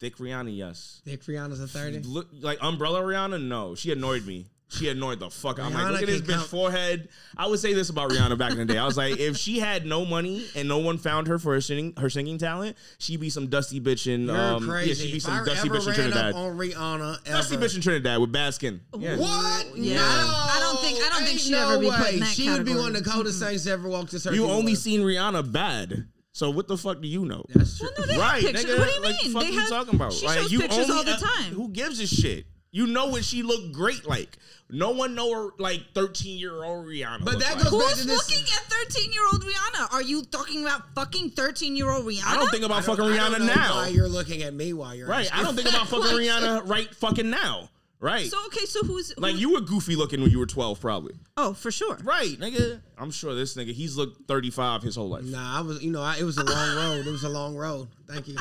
[SPEAKER 4] Dick Rihanna, yes.
[SPEAKER 5] Think Rihanna's a thirty?
[SPEAKER 4] Look, like Umbrella Rihanna, no, she annoyed me. She annoyed the fuck. out I'm like,
[SPEAKER 5] Rihanna
[SPEAKER 4] look at this
[SPEAKER 5] can
[SPEAKER 4] bitch
[SPEAKER 5] count.
[SPEAKER 4] forehead. I would say this about Rihanna back in the day. I was like, if she had no money and no one found her for her singing, her singing talent, she'd be some dusty bitch in.
[SPEAKER 5] You're
[SPEAKER 4] Um,
[SPEAKER 5] crazy.
[SPEAKER 4] Yeah, she'd be
[SPEAKER 5] If
[SPEAKER 4] some
[SPEAKER 5] I
[SPEAKER 4] dusty
[SPEAKER 5] ever
[SPEAKER 4] bitch in
[SPEAKER 5] ran up
[SPEAKER 4] Trinidad.
[SPEAKER 5] on Rihanna,
[SPEAKER 4] Dusty
[SPEAKER 5] ever-
[SPEAKER 4] bitch in Trinidad with bad skin. Yeah.
[SPEAKER 5] What?
[SPEAKER 3] Yeah.
[SPEAKER 5] No.
[SPEAKER 3] I don't think- I don't think
[SPEAKER 5] Ain't
[SPEAKER 3] she'd ever be put in that
[SPEAKER 5] She would be
[SPEAKER 3] category.
[SPEAKER 5] one of the coldest things to ever walk this earth.
[SPEAKER 4] You only
[SPEAKER 5] would.
[SPEAKER 4] seen Rihanna bad. So what the fuck do you know?
[SPEAKER 5] That's true.
[SPEAKER 3] Well, no, they
[SPEAKER 4] right,
[SPEAKER 3] have pictures.
[SPEAKER 4] nigga.
[SPEAKER 3] What do you
[SPEAKER 4] like,
[SPEAKER 3] mean?
[SPEAKER 4] Fuck
[SPEAKER 3] they
[SPEAKER 4] you
[SPEAKER 3] have,
[SPEAKER 4] talking about?
[SPEAKER 3] She
[SPEAKER 4] like,
[SPEAKER 3] shows
[SPEAKER 4] you
[SPEAKER 3] pictures
[SPEAKER 4] only-
[SPEAKER 3] all the
[SPEAKER 4] uh,
[SPEAKER 3] time.
[SPEAKER 4] who gives a shit? You know what she looked great like. No one know her like thirteen year old Rihanna.
[SPEAKER 5] But
[SPEAKER 4] looked
[SPEAKER 5] that
[SPEAKER 4] like.
[SPEAKER 5] goes- back
[SPEAKER 3] Who's
[SPEAKER 5] to this-
[SPEAKER 3] looking at 13 year old Rihanna? Are you talking about fucking 13 year old Rihanna?
[SPEAKER 4] I don't think about fucking
[SPEAKER 5] I don't
[SPEAKER 4] Rihanna
[SPEAKER 5] know
[SPEAKER 4] now.
[SPEAKER 5] Why you're looking at me while you're
[SPEAKER 4] Right. I don't think about fucking
[SPEAKER 3] Exactly.
[SPEAKER 4] Rihanna right fucking now. Right.
[SPEAKER 3] So, okay, so who's.
[SPEAKER 4] like
[SPEAKER 3] who-
[SPEAKER 4] you were goofy looking when you were twelve, probably.
[SPEAKER 3] Oh, for sure.
[SPEAKER 4] Right, nigga. I'm sure this nigga he's looked thirty five his whole life.
[SPEAKER 5] Nah, I was. You know, I, it was a long road. It was a long road. Thank you.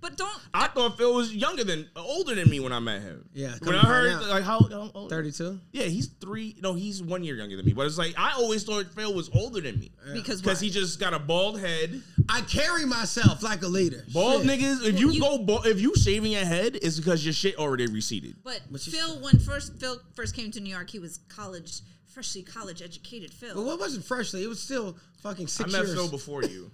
[SPEAKER 3] But don't.
[SPEAKER 4] I thought Phil was younger than older than me when I met him.
[SPEAKER 5] Yeah, come
[SPEAKER 4] When I
[SPEAKER 5] to find
[SPEAKER 4] heard
[SPEAKER 5] out.
[SPEAKER 4] like how, how old-
[SPEAKER 5] Thirty-two.
[SPEAKER 4] Yeah, he's three. No, he's one year younger than me. But it's like I always thought Phil was older than me
[SPEAKER 3] Because
[SPEAKER 4] because
[SPEAKER 3] why?
[SPEAKER 4] he just got a bald head.
[SPEAKER 5] I carry myself like a leader.
[SPEAKER 4] Bald
[SPEAKER 5] Shit.
[SPEAKER 4] niggas. If
[SPEAKER 3] Well,
[SPEAKER 4] you,
[SPEAKER 3] you-
[SPEAKER 4] go bald, if you shaving your head, it's because your shit already receded.
[SPEAKER 3] But
[SPEAKER 5] But you-
[SPEAKER 3] Phil, when first Phil first came to New York, he was college, freshly college educated Phil.
[SPEAKER 5] Well, what wasn't freshly? It was still fucking
[SPEAKER 4] I
[SPEAKER 5] six
[SPEAKER 4] met
[SPEAKER 5] years.
[SPEAKER 4] Phil before you.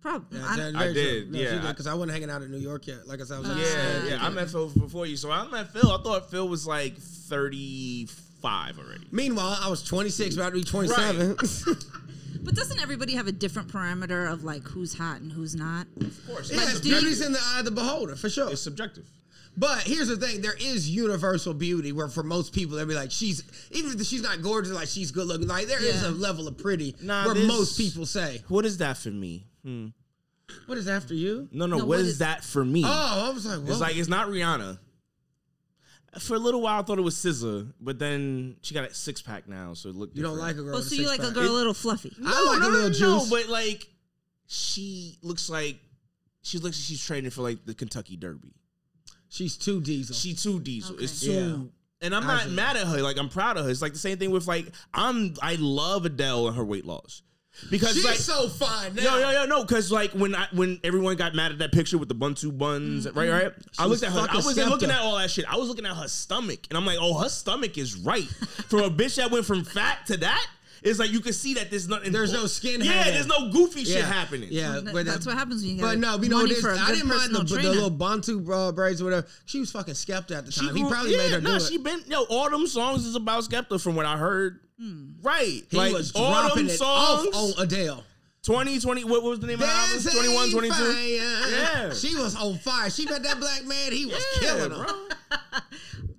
[SPEAKER 3] Probably.
[SPEAKER 5] Yeah,
[SPEAKER 3] I- Uh,
[SPEAKER 5] that-
[SPEAKER 4] I
[SPEAKER 5] very
[SPEAKER 4] did,
[SPEAKER 5] true. No,
[SPEAKER 4] yeah.
[SPEAKER 5] you did, Because I wasn't hanging out in New York yet. Like I said, I was. out of
[SPEAKER 4] Yeah,
[SPEAKER 5] state.
[SPEAKER 4] yeah. I met Phil before you, so I met Phil. I thought Phil was like thirty five already.
[SPEAKER 5] Meanwhile, I was 26, about to be 27.
[SPEAKER 3] but doesn't everybody have a different parameter of like who's hot and who's not?
[SPEAKER 4] Of course,
[SPEAKER 5] yeah,
[SPEAKER 4] it's, subjective.
[SPEAKER 5] beauty's in the eye of the beholder, for sure.
[SPEAKER 4] It's subjective.
[SPEAKER 5] But here's the thing: there is universal beauty, where for most people, they'll be like, she's even if she's not gorgeous, like she's good looking. Like there is
[SPEAKER 3] Yeah.
[SPEAKER 5] a level of pretty
[SPEAKER 4] Nah,
[SPEAKER 5] where
[SPEAKER 4] this-
[SPEAKER 5] most people say,
[SPEAKER 4] What is that for me? Hmm.
[SPEAKER 5] "What is after you?"
[SPEAKER 4] No,
[SPEAKER 3] No,
[SPEAKER 4] no. what
[SPEAKER 3] what
[SPEAKER 4] is,
[SPEAKER 3] is-
[SPEAKER 4] that for me?
[SPEAKER 5] Oh, I was like,
[SPEAKER 4] It's
[SPEAKER 5] Whoa.
[SPEAKER 4] like it's not Rihanna. For a little while, I thought it was SZA, but then she got a six pack now, so it looked.
[SPEAKER 5] you don't like a
[SPEAKER 4] different.
[SPEAKER 5] girl.
[SPEAKER 3] Oh,
[SPEAKER 5] with
[SPEAKER 3] so you like a
[SPEAKER 5] six-pack.
[SPEAKER 3] girl a little fluffy.
[SPEAKER 5] I like a little juice.
[SPEAKER 4] but like she looks like she looks like she's training for like the Kentucky Derby.
[SPEAKER 5] she's too diesel.
[SPEAKER 4] She too diesel. It's too.
[SPEAKER 5] Okay.
[SPEAKER 4] And I'm not
[SPEAKER 5] Absolutely.
[SPEAKER 4] mad at her. Like I'm proud of her. It's like the same thing with like I'm. I love Adele and her weight loss because
[SPEAKER 5] she's
[SPEAKER 4] like
[SPEAKER 5] so fine now.
[SPEAKER 4] Yo, yo, yo, no, because like when I when everyone got mad at that picture with the buntu buns, right, right. I
[SPEAKER 5] Mm-hmm. was
[SPEAKER 4] looked at her. I
[SPEAKER 5] fucking
[SPEAKER 4] wasn't
[SPEAKER 5] stepped
[SPEAKER 4] looking
[SPEAKER 5] up.
[SPEAKER 4] at all that shit. I was looking at her stomach, and I'm like, oh, her stomach is right from a bitch that went from fat to that. It's like you can see that there's nothing.
[SPEAKER 5] There's no skin
[SPEAKER 4] Yeah,
[SPEAKER 5] hanging.
[SPEAKER 4] there's no goofy
[SPEAKER 5] Yeah.
[SPEAKER 4] shit happening.
[SPEAKER 5] Yeah,
[SPEAKER 3] That-
[SPEAKER 5] but
[SPEAKER 3] that's what happens when you got
[SPEAKER 5] But no, you know
[SPEAKER 3] money
[SPEAKER 5] this.
[SPEAKER 3] for a
[SPEAKER 5] I
[SPEAKER 3] good
[SPEAKER 5] didn't mind the,
[SPEAKER 3] personal
[SPEAKER 5] the
[SPEAKER 3] trainer.
[SPEAKER 5] little bantu uh, braids or whatever. She was fucking skepta at the time. he
[SPEAKER 4] grew-
[SPEAKER 5] probably
[SPEAKER 4] yeah,
[SPEAKER 5] made her
[SPEAKER 4] nah,
[SPEAKER 5] do it.
[SPEAKER 4] she been yo. All them songs is about Skepta, from what I heard. Right,
[SPEAKER 5] Hmm. he
[SPEAKER 4] like
[SPEAKER 5] was
[SPEAKER 4] all
[SPEAKER 5] dropping
[SPEAKER 4] them
[SPEAKER 5] it
[SPEAKER 4] songs.
[SPEAKER 5] off on Adele.
[SPEAKER 4] 20, 20, what was the name of
[SPEAKER 5] This
[SPEAKER 4] the album? 21,
[SPEAKER 5] ain't
[SPEAKER 4] 22.
[SPEAKER 5] fire.
[SPEAKER 4] Yeah.
[SPEAKER 5] She was on fire. She met that black man. He was
[SPEAKER 4] Yeah,
[SPEAKER 5] killing her.
[SPEAKER 4] bro.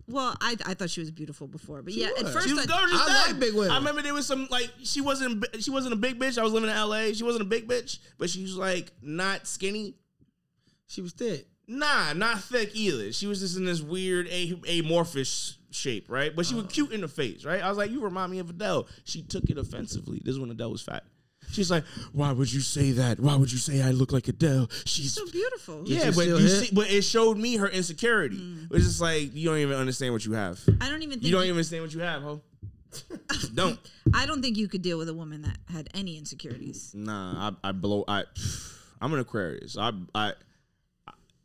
[SPEAKER 3] Well, I, I thought she was beautiful before, but yeah, at
[SPEAKER 5] was.
[SPEAKER 3] first
[SPEAKER 4] She
[SPEAKER 3] I,
[SPEAKER 4] was gorgeous
[SPEAKER 5] I
[SPEAKER 4] then.
[SPEAKER 5] like big women.
[SPEAKER 4] I remember there was some like she wasn't bi- she wasn't a big bitch. I was living in L.A. She wasn't a big bitch, but she was like not skinny.
[SPEAKER 5] She was thick.
[SPEAKER 4] Nah, not thick either. She was just in this weird a- amorphous shape, right? But she
[SPEAKER 5] Oh.
[SPEAKER 4] was cute in the face, right? I was like, you remind me of Adele. She took it offensively. This is when Adele was fat. She's like, why would you say that? Why would you say I look like Adele? She's
[SPEAKER 3] so beautiful.
[SPEAKER 4] yeah,
[SPEAKER 5] you
[SPEAKER 4] but
[SPEAKER 5] still
[SPEAKER 4] you
[SPEAKER 5] hit? Mm.
[SPEAKER 4] see, but it showed me her insecurity. It's just like you don't even understand what you have.
[SPEAKER 3] I don't even think
[SPEAKER 4] You don't even understand what you have, ho. don't.
[SPEAKER 3] I don't think you could deal with a woman that had any insecurities.
[SPEAKER 4] Nah, I, I blow. I I'm an Aquarius. I I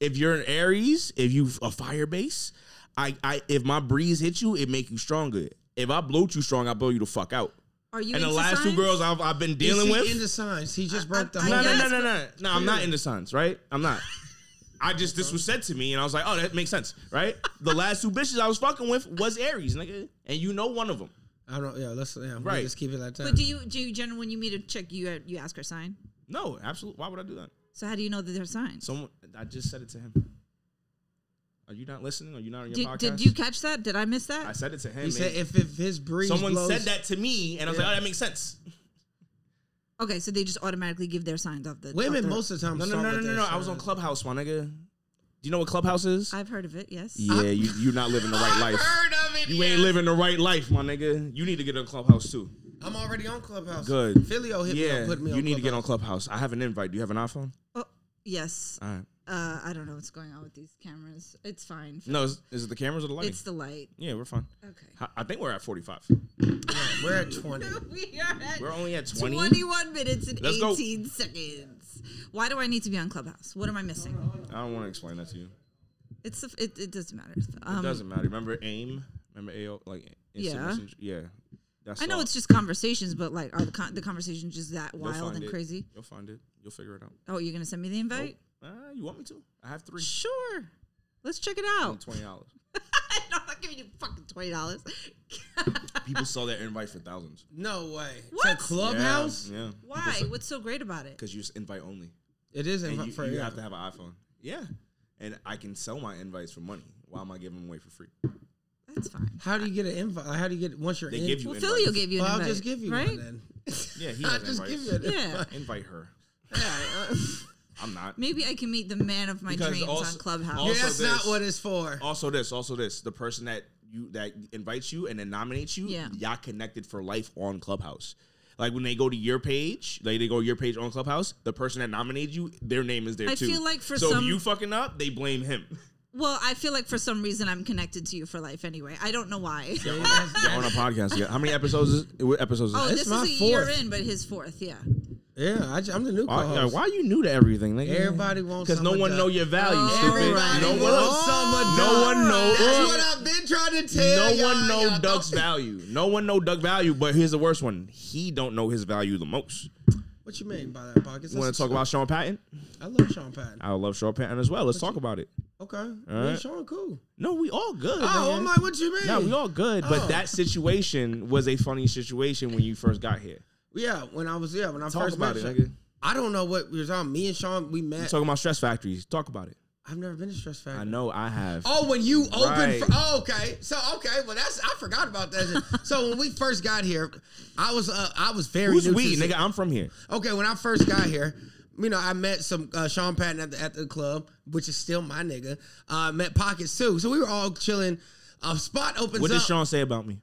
[SPEAKER 4] if you're an Aries, if you a fire base, I I if my breeze hits you, it make you stronger. If I blow too strong, I blow you the fuck out.
[SPEAKER 3] Are you?
[SPEAKER 4] and the
[SPEAKER 3] into
[SPEAKER 4] last two
[SPEAKER 3] signs?
[SPEAKER 4] girls I've, I've been
[SPEAKER 5] Is
[SPEAKER 4] dealing
[SPEAKER 5] he
[SPEAKER 4] with.
[SPEAKER 5] into signs. He just broke the
[SPEAKER 3] I-
[SPEAKER 5] whole.
[SPEAKER 4] no, no,
[SPEAKER 3] Yes,
[SPEAKER 4] no, no, no, no. I'm not into signs, right? I'm not. I just this was said to me, and I was like, oh, that makes sense, right? The last two bitches I was fucking with was Aries, nigga, and you know one of them.
[SPEAKER 5] I don't. Yeah, let's. Yeah, right.
[SPEAKER 4] Right.
[SPEAKER 5] Just keep it like that.
[SPEAKER 3] But do you do you generally when you meet a chick you you ask her sign?
[SPEAKER 4] No, absolutely. Why would I do that?
[SPEAKER 3] So how do you know that they're signs?
[SPEAKER 4] Someone, I just said it to him. Are you not listening? Are you not on your
[SPEAKER 3] Did,
[SPEAKER 4] podcast?
[SPEAKER 3] did you catch that? Did I miss that?
[SPEAKER 4] I said it to him.
[SPEAKER 5] He said
[SPEAKER 4] and
[SPEAKER 5] if, if his breeze.
[SPEAKER 4] someone
[SPEAKER 5] blows,
[SPEAKER 4] said that to me, and I was
[SPEAKER 5] Yeah.
[SPEAKER 4] like, "Oh, that makes sense."
[SPEAKER 3] okay, so they just automatically give their signs off the off
[SPEAKER 5] Women
[SPEAKER 3] their-
[SPEAKER 5] most of the time.
[SPEAKER 4] No, no,
[SPEAKER 5] start
[SPEAKER 4] no, no,
[SPEAKER 5] with
[SPEAKER 4] no,
[SPEAKER 5] their
[SPEAKER 4] no. I was on
[SPEAKER 5] signs.
[SPEAKER 4] Clubhouse, my nigga. Do you know what Clubhouse is?
[SPEAKER 3] I've heard of it. Yes.
[SPEAKER 4] yeah, you you're not living the right life.
[SPEAKER 5] of it.
[SPEAKER 4] You ain't living the right life, my nigga. You need to get on Clubhouse too.
[SPEAKER 5] I'm already on Clubhouse.
[SPEAKER 4] Good.
[SPEAKER 5] Filio hit me
[SPEAKER 4] yeah,
[SPEAKER 5] up. Put me on.
[SPEAKER 4] you need to get
[SPEAKER 5] Clubhouse.
[SPEAKER 4] on Clubhouse. I have an invite. Do you have an iPhone?
[SPEAKER 3] Oh, yes.
[SPEAKER 4] All right.
[SPEAKER 3] Uh, I don't know what's going on with these cameras. It's fine.
[SPEAKER 4] No, is, is it the cameras or the lighting?
[SPEAKER 3] It's the light.
[SPEAKER 4] yeah, we're fine.
[SPEAKER 3] Okay.
[SPEAKER 4] I- I think we're at 45.
[SPEAKER 5] We're at 20.
[SPEAKER 3] we are at
[SPEAKER 4] We're only at 20.
[SPEAKER 3] 21 minutes and
[SPEAKER 4] Let's go.
[SPEAKER 3] 18 seconds. Why do I need to be on Clubhouse? What am I missing?
[SPEAKER 4] I don't want to explain that to you.
[SPEAKER 3] It's the- it, it doesn't matter. Um,
[SPEAKER 4] It doesn't matter. Remember AIM? Remember AO? Like instant
[SPEAKER 3] Yeah.
[SPEAKER 4] messenger? Yeah. That's
[SPEAKER 3] I know
[SPEAKER 4] all.
[SPEAKER 3] it's just conversations, but like, are the con- the conversations just that
[SPEAKER 4] You'll
[SPEAKER 3] wild
[SPEAKER 4] find
[SPEAKER 3] and
[SPEAKER 4] it.
[SPEAKER 3] crazy?
[SPEAKER 4] You'll find it. You'll figure it out.
[SPEAKER 3] Oh, you're gonna send me the invite?
[SPEAKER 4] Uh, you want me to? I have three.
[SPEAKER 3] Sure. Let's check it
[SPEAKER 4] and
[SPEAKER 3] out.
[SPEAKER 4] Twenty dollars.
[SPEAKER 3] No, I'm not giving you fucking twenty dollars.
[SPEAKER 4] People sell their invite for thousands.
[SPEAKER 5] No way.
[SPEAKER 3] What?
[SPEAKER 5] To Clubhouse?
[SPEAKER 4] Yeah.
[SPEAKER 3] Why? What's so great about it?
[SPEAKER 4] Because you just invite only,
[SPEAKER 5] It is in
[SPEAKER 4] and
[SPEAKER 5] front
[SPEAKER 4] you,
[SPEAKER 5] for
[SPEAKER 4] you
[SPEAKER 5] you.
[SPEAKER 4] have to have an iPhone. Yeah. And I can sell my invites for money. Why am I giving them away for free?
[SPEAKER 3] That's fine.
[SPEAKER 5] How do you get an invite? How do you get once you're
[SPEAKER 4] They
[SPEAKER 5] in?
[SPEAKER 4] give you
[SPEAKER 3] Well,
[SPEAKER 4] invites.
[SPEAKER 3] Philio gave you an
[SPEAKER 5] Well, I'll
[SPEAKER 3] invite,
[SPEAKER 5] just give you
[SPEAKER 3] right?
[SPEAKER 5] one then.
[SPEAKER 4] Yeah, he
[SPEAKER 5] I'll
[SPEAKER 4] has
[SPEAKER 5] just
[SPEAKER 4] invites.
[SPEAKER 5] give you an
[SPEAKER 3] Yeah.
[SPEAKER 4] Invite her.
[SPEAKER 5] invite.
[SPEAKER 4] I'm not.
[SPEAKER 3] Maybe I can meet the man of my
[SPEAKER 4] Because
[SPEAKER 3] dreams
[SPEAKER 4] also-
[SPEAKER 3] on Clubhouse.
[SPEAKER 4] also-
[SPEAKER 5] That's not
[SPEAKER 4] this.
[SPEAKER 5] what it's for.
[SPEAKER 4] Also this. Also this. The person that you that invites you and then nominates you,
[SPEAKER 3] Yeah.
[SPEAKER 4] y'all connected for life on Clubhouse. Like when they go to your page, like they go to your page on Clubhouse, the person that nominated you, their name is there
[SPEAKER 3] I
[SPEAKER 4] too.
[SPEAKER 3] feel like for
[SPEAKER 4] so
[SPEAKER 3] some-
[SPEAKER 4] if you fucking up, they blame him.
[SPEAKER 3] Well, I feel like for some reason I'm connected to you for life anyway. I don't know why.
[SPEAKER 4] You're on a podcast. Yeah. How many episodes? Is, what episodes? Is
[SPEAKER 3] oh,
[SPEAKER 4] this?
[SPEAKER 3] this is
[SPEAKER 5] my
[SPEAKER 3] a year
[SPEAKER 5] fourth.
[SPEAKER 3] in, but his fourth, yeah.
[SPEAKER 5] Yeah, I, am the new
[SPEAKER 4] Why, yeah,
[SPEAKER 5] co-host.
[SPEAKER 4] why you new to everything? Nigga?
[SPEAKER 5] Everybody wants
[SPEAKER 4] because no
[SPEAKER 5] some
[SPEAKER 4] one
[SPEAKER 5] adult.
[SPEAKER 4] know your value,
[SPEAKER 3] Oh,
[SPEAKER 5] Everybody
[SPEAKER 4] stupid. No one,
[SPEAKER 5] wants some
[SPEAKER 4] no
[SPEAKER 5] adult.
[SPEAKER 4] one know.
[SPEAKER 5] That's what I've been trying to
[SPEAKER 4] no
[SPEAKER 5] tell
[SPEAKER 4] one
[SPEAKER 5] y'all,
[SPEAKER 4] know
[SPEAKER 5] y'all
[SPEAKER 4] Duck's
[SPEAKER 5] don't-
[SPEAKER 4] value. No one know Duck value. But here's the worst one: he don't know his value the most.
[SPEAKER 5] What you mean by that, Pockets?
[SPEAKER 4] Want to talk about Sean Patton?
[SPEAKER 5] I love Sean Patton.
[SPEAKER 4] I love Sean Patton as well. Let's talk about it.
[SPEAKER 5] Okay, Me
[SPEAKER 4] All
[SPEAKER 5] and
[SPEAKER 4] right.
[SPEAKER 5] Sean cool.
[SPEAKER 4] No, we all good.
[SPEAKER 5] Oh,
[SPEAKER 4] man.
[SPEAKER 5] I'm like, what you mean?
[SPEAKER 4] no, we all good.
[SPEAKER 5] Oh.
[SPEAKER 4] But that situation was a funny situation when you first got here.
[SPEAKER 5] Yeah, when I was yeah, when I
[SPEAKER 4] Talk
[SPEAKER 5] first
[SPEAKER 4] about
[SPEAKER 5] met
[SPEAKER 4] it,
[SPEAKER 5] Sean-
[SPEAKER 4] nigga.
[SPEAKER 5] I don't know what we were talking. Me and Sean, we
[SPEAKER 4] We're
[SPEAKER 5] met.
[SPEAKER 4] talking about stress factories. Talk about it.
[SPEAKER 5] I've never been to Stress Factory.
[SPEAKER 4] I know I have.
[SPEAKER 5] Oh, when you open
[SPEAKER 4] Right.
[SPEAKER 5] for oh, okay. So okay, well that's I forgot about that. so when we first got here, I was uh, I was very
[SPEAKER 4] Who's
[SPEAKER 5] new to
[SPEAKER 4] we,
[SPEAKER 5] the-
[SPEAKER 4] nigga? I'm from here.
[SPEAKER 5] Okay, when I first got here, you know, I met some uh, Sean Patton at the, at the club, which is still my nigga. Uh, met Pockets too, so we were all chilling. A spot opens
[SPEAKER 4] What
[SPEAKER 5] up.
[SPEAKER 4] did Sean say about me?